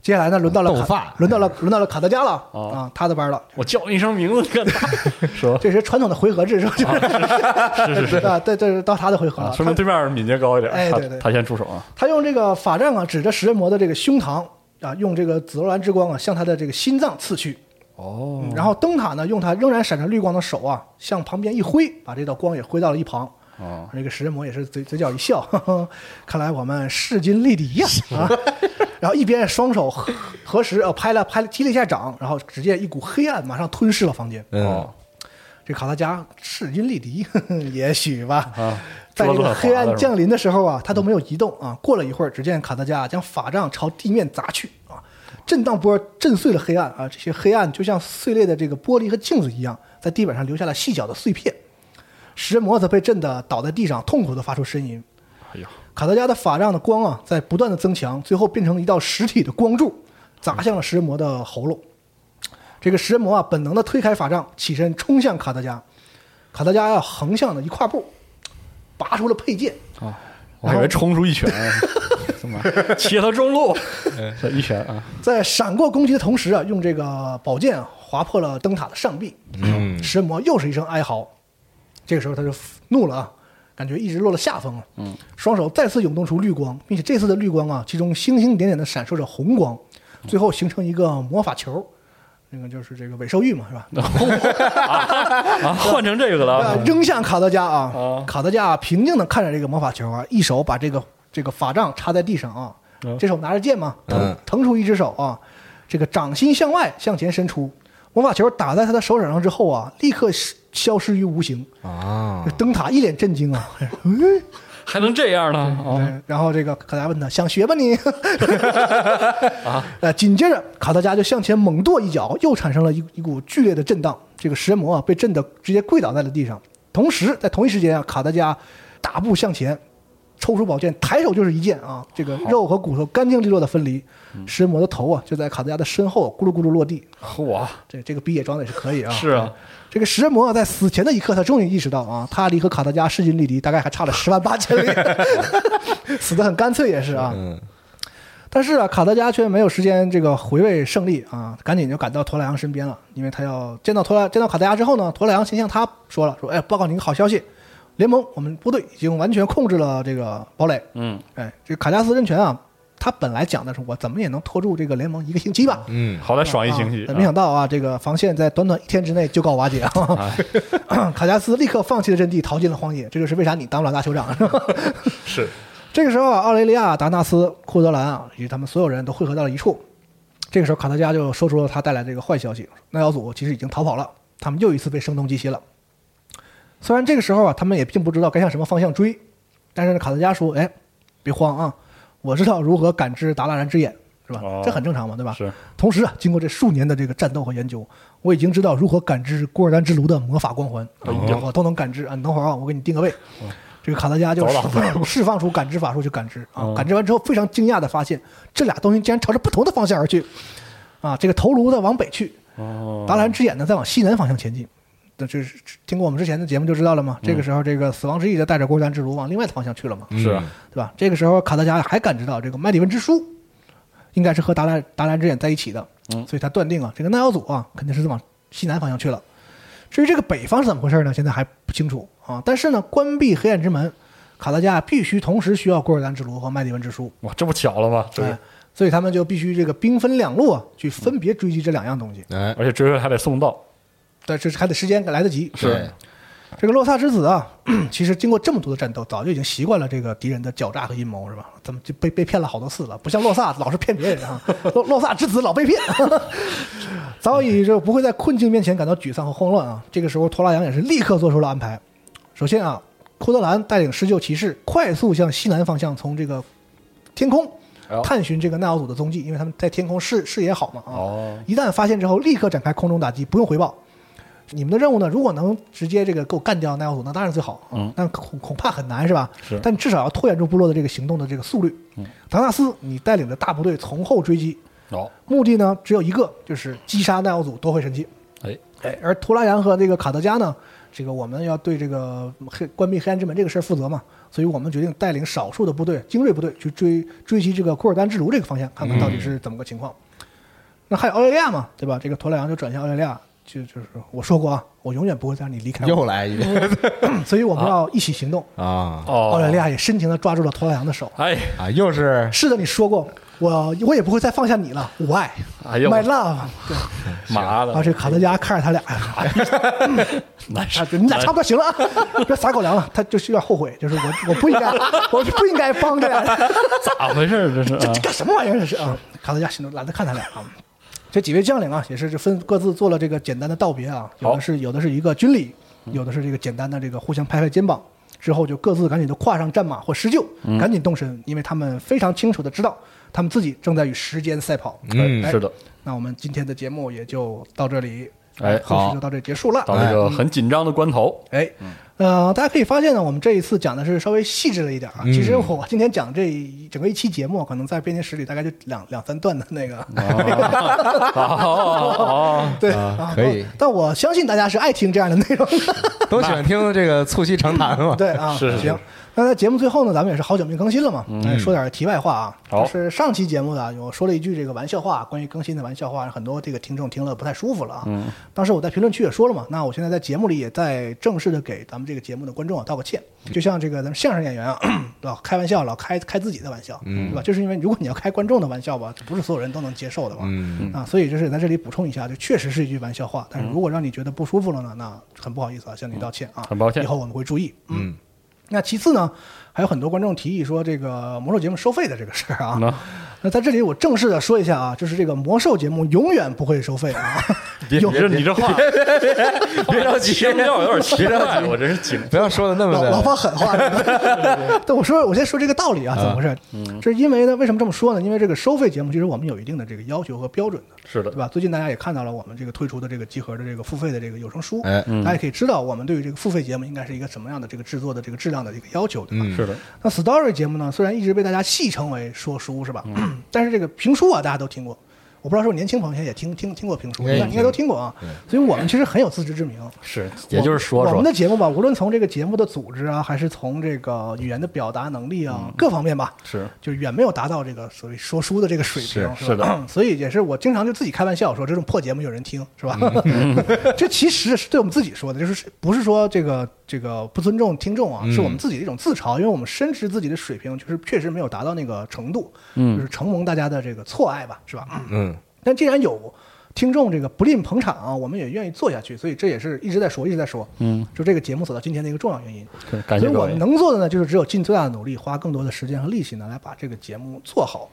接下来呢，轮到了斗卡法，轮到了轮到了卡德加了、嗯哦啊，他的班了。我叫你一声名字，你干嘛？ 是吧？这是传统的回合制，是吧？哦是是是 啊，对对，对到他的回合了。啊，说明对面敏捷高一点，哎他对对他先出手啊，他用这个法杖啊，指着食人魔的这个胸膛啊，用这个紫罗兰之光啊，向他的这个心脏刺去。哦然后灯塔呢，用他仍然闪着绿光的手啊，向旁边一挥，把这道光也挥到了一旁。啊哦，这个食人魔也是嘴嘴角一笑， 呵呵看来我们势均力敌呀、啊！ 然后一边双手合合十，呃，拍了拍了击了一下掌，然后只见一股黑暗马上吞噬了房间。嗯，这卡拉加势均力敌， 呵呵也许吧。啊在这桌子很个黑滑暗了是吧嗯降临的时候啊，他都没有移动啊。过了一会儿，只见卡德加将法杖朝地面砸去啊，震荡波震碎了黑暗啊，这些黑暗就像碎裂的这个玻璃和镜子一样，在地板上留下了细小的碎片。食人魔则被震得倒在地上，痛苦地发出呻吟。哎呀，卡德加的法杖的光啊，在不断的增强，最后变成一道实体的光柱，砸向了食人魔的喉咙。这个食人魔啊，本能的推开法杖，起身冲向卡德加。卡德加要横向的一跨步，拔出了佩剑，啊，哦我还以为冲出一 拳，怎么切他中路？嗯这一拳啊，在闪过攻击的同时啊，用这个宝剑啊划破了灯塔的上臂。嗯食人魔又是一声哀嚎，这个时候他就怒了啊，感觉一直落了下风了。嗯，双手再次涌动出绿光，并且这次的绿光啊，其中星星点点的闪烁着红光，最后形成一个魔法球，那个就是这个尾兽玉嘛，是吧？啊，换成这个了啊啊，扔向卡德加啊啊！卡德加平静的看着这个魔法球啊，一手把这个这个法杖插在地上啊嗯，这手拿着剑嘛，腾嗯腾出一只手啊，这个掌心向外向前伸出，魔法球打在他的手掌上之后啊，立刻消消失于无形。啊这，灯塔一脸震惊 啊，还能这样呢？啊，哎然后这个卡德加问他想学吧你，呃，紧接着 卡德加就向前猛跺一脚，又产生了一一股剧烈的震荡，这个食人魔啊被震得直接跪倒在了地上。同时，在同一时间啊，卡德加大步向前，抽出宝剑，抬手就是一剑啊，这个肉和骨头干净利落的分离，食人魔的头啊就在卡德加的身后咕噜咕噜落地。啊嚯，这这个逼也装的也是可以啊，是啊，这个食人魔在死前的一刻，他终于意识到啊，他离和卡德加势均力敌，大概还差了十万八千里， 死得很干脆也是啊。嗯但是啊，卡德加却没有时间这个回味胜利啊，赶紧就赶到托莱昂身边了，因为他要见到托莱见到卡德加之后呢，托莱昂先向他说了说，哎，报告你一个好消息，联盟我们部队已经完全控制了这个堡垒，嗯，哎，这个卡加斯人权啊，他本来讲的是我怎么也能拖住这个联盟一个星期吧，嗯，好歹爽一星期啊，没想到啊，这个防线在短短一天之内就告瓦解啊！哎 卡加斯立刻放弃了阵地，逃进了荒野。这就是为啥你当不了大酋长。是吧是 这个时候啊，奥雷利亚、达纳斯、库德兰啊，以及他们所有人都汇合到了一处。这个时候，卡德加就说出了他带来这个坏消息：那小组其实已经逃跑了，他们又一次被声东击西了。虽然这个时候啊，他们也并不知道该向什么方向追，但是呢，卡德加说：“哎，别慌啊，我知道如何感知达拉然之眼，是吧？哦这很正常嘛，对吧？是，同时啊，经过这数年的这个战斗和研究，我已经知道如何感知古尔丹之炉的魔法光环，哎呦我都能感知啊。你等会儿啊，我给你定个位。这个卡德加 就走释哦了放释放出感知法术去感知啊嗯，感知完之后非常惊讶的发现，这俩东西竟然朝着不同的方向而去。啊，这个头颅的往北去，哦，达兰之眼呢再往西南方向前进。那这是听过我们之前的节目就知道了嘛。嗯这个时候，这个死亡之翼就带着古尔丹之炉往另外的方向去了嘛。是啊对吧？这个时候，卡德加还感知到这个麦迪文之书应该是和达兰达兰之眼在一起的，嗯所以他断定啊，这个奈奥祖啊肯定是往西南方向去了。至于这个北方是怎么回事呢？现在还不清楚啊。但是呢，关闭黑暗之门，卡德加必须同时需要古尔丹之炉和麦迪文之书。哇，这不巧了吗？这哎个，所以他们就必须这个兵分两路啊，去分别追击这两样东西。哎，而且追回来还得送到，但这是还得时间来得及。对，这个洛萨之子啊， 其实经过这么多的战斗，早就已经习惯了这个敌人的狡诈和阴谋，是吧？怎么就被被骗了好多次了？不像洛萨老是骗别人啊， 洛洛萨之子老被骗， 早已就不会在困境面前感到沮丧和慌乱啊。这个时候，托拉扬也是立刻做出了安排。首先啊，库德兰带领施救骑士快速向西南方向从这个天空哎呦探寻这个纳奥祖的踪迹，因为他们在天空视视野好嘛啊。哦，一旦发现之后，立刻展开空中打击，不用回报。你们的任务呢，如果能直接这个给我干掉奈奥祖，那当然最好。嗯，但恐恐怕很难，是吧？是但至少要拖延住部落的这个行动的这个速率。嗯，达纳斯，你带领着大部队从后追击，哦，目的呢只有一个，就是击杀奈奥祖夺回神器。哎，哎，而图拉扬和这个卡德加呢，这个我们要对这个黑关闭黑暗之门这个事儿负责嘛，所以我们决定带领少数的部队精锐部队去追追击这个库尔丹之炉这个方向，看看嗯到底是怎么个情况。那还有澳大利亚嘛，对吧？这个图拉扬就转向澳大利亚，就就是我说过啊，我永远不会再让你离开我，又来一遍所以我们要一起行动。 啊哦，澳大利亚也深情地抓住了图拉扬的手。哎，啊，又是是的，你说过，我我也不会再放下你了，我爱哎呦，My love。妈啊，的，这卡德加看着他俩，哎呀难受 啊，你俩差不多行了 啊，别撒狗粮了。他就是有点后悔，就是我我不应该，我是不应该帮这俩人，咋回事儿？这是这啊这干什么玩意儿？这是啊，卡德加心中懒得看他俩啊。这几位将领啊，也是就分各自做了这个简单的道别啊，有好嗯的是有的是一个军礼，有的是这个简单的这个互相拍拍肩膀，之后就各自赶紧就跨上战马或施救，嗯赶紧动身，因为他们非常清楚的知道，他们自己正在与时间赛跑。嗯哎是的，那我们今天的节目也就到这里，哎故好事就到这里结束了。啊到这个很紧张的关头，哎，呃，大家可以发现呢，我们这一次讲的是稍微细致了一点啊。其实我今天讲这一整个一期节目，可能在编年史里大概就两两三段的那个。哎啊哦， 对啊可以我但我相信大家是爱听这样的内容的。 都喜欢听这个促膝长谈嘛，哦对啊，是是是行。那在节目最后呢，咱们也是好久没更新了嘛，哎，说点题外话啊。好就是上期节目呢，我说了一句这个玩笑话，关于更新的玩笑话，很多这个听众听了不太舒服了啊。嗯当时我在评论区也说了嘛，那我现在在节目里也在正式的给咱们这个节目的观众啊道个歉，就像这个咱们相声演员啊， 老开玩笑，老开开自己的玩笑，嗯对吧？就是因为如果你要开观众的玩笑吧，不是所有人都能接受的嘛。嗯啊，所以就是在这里补充一下，就确实是一句玩笑话，但嗯是如果让你觉得不舒服了呢，那很不好意思啊，向你道歉啊，很抱歉以后我们会注意。嗯，那其次呢，还有很多观众提议说这个魔兽节目收费的这个事儿啊。那那在这里我正式的说一下啊，就是这个魔兽节目永远不会收费啊。你这你这话 别着急，声调有点奇别着怪，急 我真是惊不要说的那么 老老的放狠话。但我说，我先说这个道理啊，怎么回事？嗯这是因为呢，为什么这么说呢？因为这个收费节目其实我们有一定的这个要求和标准的，是的对吧？最近大家也看到了我们这个推出的这个集合的这个付费的这个有声书，哎嗯大家可以知道我们对于这个付费节目应该是一个什么样的这个制作的这个质量的一个要求，对吧？是的，那 Story 节目呢，虽然一直被大家戏称为说书是吧？嗯 但是这个评书啊，大家都听过。我不知道是不是年轻朋友现在也听听听过评书，应该应该也应该都听过啊。所以我们其实很有自知之明。是，也就是说我们说的节目吧，无论从这个节目的组织啊，还是从这个语言的表达能力啊，各方面吧，嗯是就远没有达到这个所谓说书的这个水平，是吧是的所以也是我经常就自己开玩笑说，这种破节目有人听，是吧？这其实是对我们自己说的，就是不是说这个这个不尊重听众啊，是我们自己的一种自嘲，因为我们深知自己的水平就是确实没有达到那个程度，就是承蒙大家的这个错爱吧，是吧？嗯，但既然有听众这个不吝捧场啊，我们也愿意做下去，所以这也是一直在说，一直在说，嗯，就这个节目走到今天的一个重要原因。是感所谢以各我位们，能做的呢，就是只有尽最大的努力，花更多的时间和力气呢，来把这个节目做好。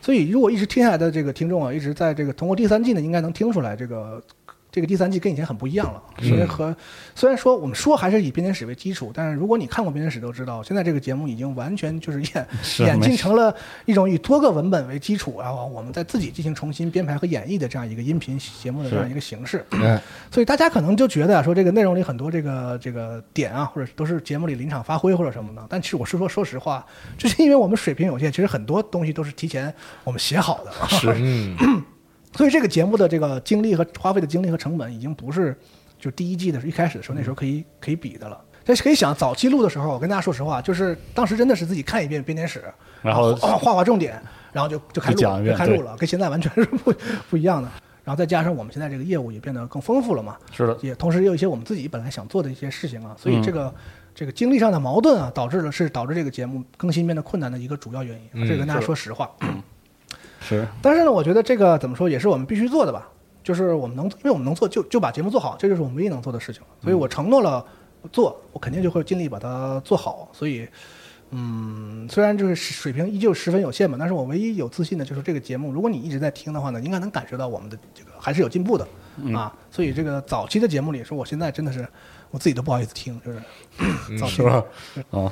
所以，如果一直听下来的这个听众啊，一直在这个通过第三季呢，应该能听出来这个。这个第三季跟以前很不一样了，嗯因为和虽然说我们说还是以编年史为基础，但是如果你看过编年史都知道，现在这个节目已经完全就是演 是啊演没事进成了一种以多个文本为基础，然后我们再自己进行重新编排和演绎的这样一个音频节目的这样一个形式。哎所以大家可能就觉得啊，说这个内容里很多这个这个点啊，或者都是节目里临场发挥或者什么的。但其实我是说， 说实话，就是因为我们水平有限，其实很多东西都是提前我们写好的。是，嗯， 所以这个节目的这个精力和花费的精力和成本，已经不是就第一季的时候一开始的时候那时候可以可以比的了。但是可以想，早期录的时候，我跟大家说实话，就是当时真的是自己看一遍编年史，然后画画画重点，然后就就开就录讲一了，遍就开录对了，跟现在完全是不不一样的。然后再加上我们现在这个业务也变得更丰富了嘛，是嗯的，也同时也有一些我们自己本来想做的一些事情啊，所以这个、这个经历上的矛盾啊啊，导致了是导致这个节目更新变得困难的一个主要原因，这个跟大家说实话。嗯是但是呢，我觉得这个怎么说也是我们必须做的吧，就是我们能，因为我们能做就就把节目做好，这就是我们唯一能做的事情。所以嗯我承诺了做，我肯定就会尽力把它做好。所以，嗯，虽然就是水平依旧十分有限吧，但是我唯一有自信的就是这个节目，如果你一直在听的话呢，应该能感受到我们的这个还是有进步的啊。所以这个早期的节目里，说我现在真的是我自己都不好意思听，就是早期是吧？啊，嗯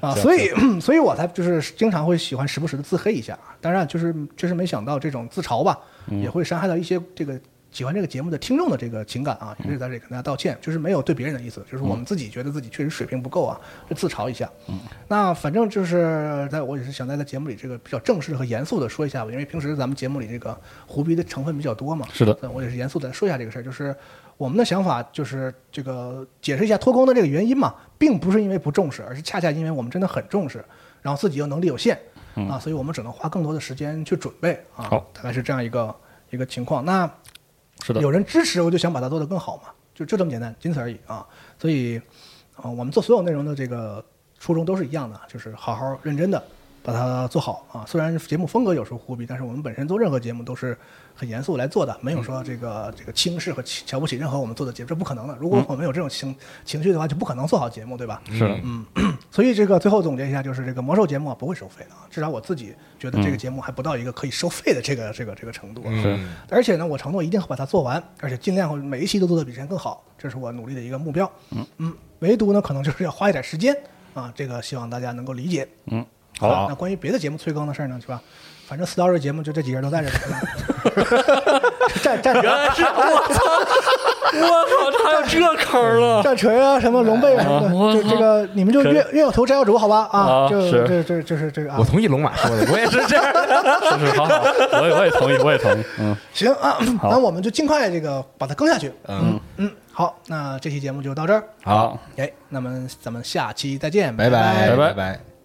啊，所以 所以我才就是经常会喜欢时不时的自黑一下。啊当然，就是就是没想到这种自嘲吧，嗯也会伤害到一些这个喜欢这个节目的听众的这个情感啊，嗯也是在这里跟大家道歉，就是没有对别人的意思，就是我们自己觉得自己确实水平不够啊，就自嘲一下。嗯那反正就是在我也是想在在节目里这个比较正式和严肃的说一下吧，因为平时咱们节目里这个胡逼的成分比较多嘛。是的那我也是严肃的说一下这个事儿，就是我们的想法就是这个解释一下脱钩的这个原因嘛，并不是因为不重视，而是恰恰因为我们真的很重视，然后自己又能力有限啊，所以我们只能花更多的时间去准备啊好，大概是这样一个一个情况。那是的有，人支持，我就想把它做得更好嘛，就就这么简单，仅此而已啊。所以，啊、我们做所有内容的这个初衷都是一样的，就是好好认真的把它做好啊。虽然节目风格有时候忽逼，但是我们本身做任何节目都是很严肃来做的，没有说这嗯个这个轻视和瞧瞧不起任何我们做的节目，这不可能的。如果我们有这种情情绪的话，就不可能做好节目，对吧？是的，所以这个最后总结一下，就是这个魔兽节目啊不会收费的，啊，至少我自己觉得这个节目还不到一个可以收费的这个这个这个程度啊。是而且呢，我承诺一定会把它做完，而且尽量会每一期都做得比之前更好，这是我努力的一个目标。嗯唯独呢，可能就是要花一点时间啊，这个希望大家能够理解。嗯，那关于别的节目催更的事儿呢，是吧？反正 story 节目就这几个人都在这儿呢，战战原来是我操！我操，还有这坑儿了！战锤啊，什么龙背啊什么的，就这个你们就越越有头摘有主，好吧？啊，啊就是这这就是这个啊我。同意龙马说的，我也是这样的。 是是，好好，我也我也同意，我也同意，嗯，行啊，好那我们就尽快这个把它更下去。嗯嗯，好，那这期节目就到这儿。好，哎，那么咱们下期再见，拜拜拜拜拜。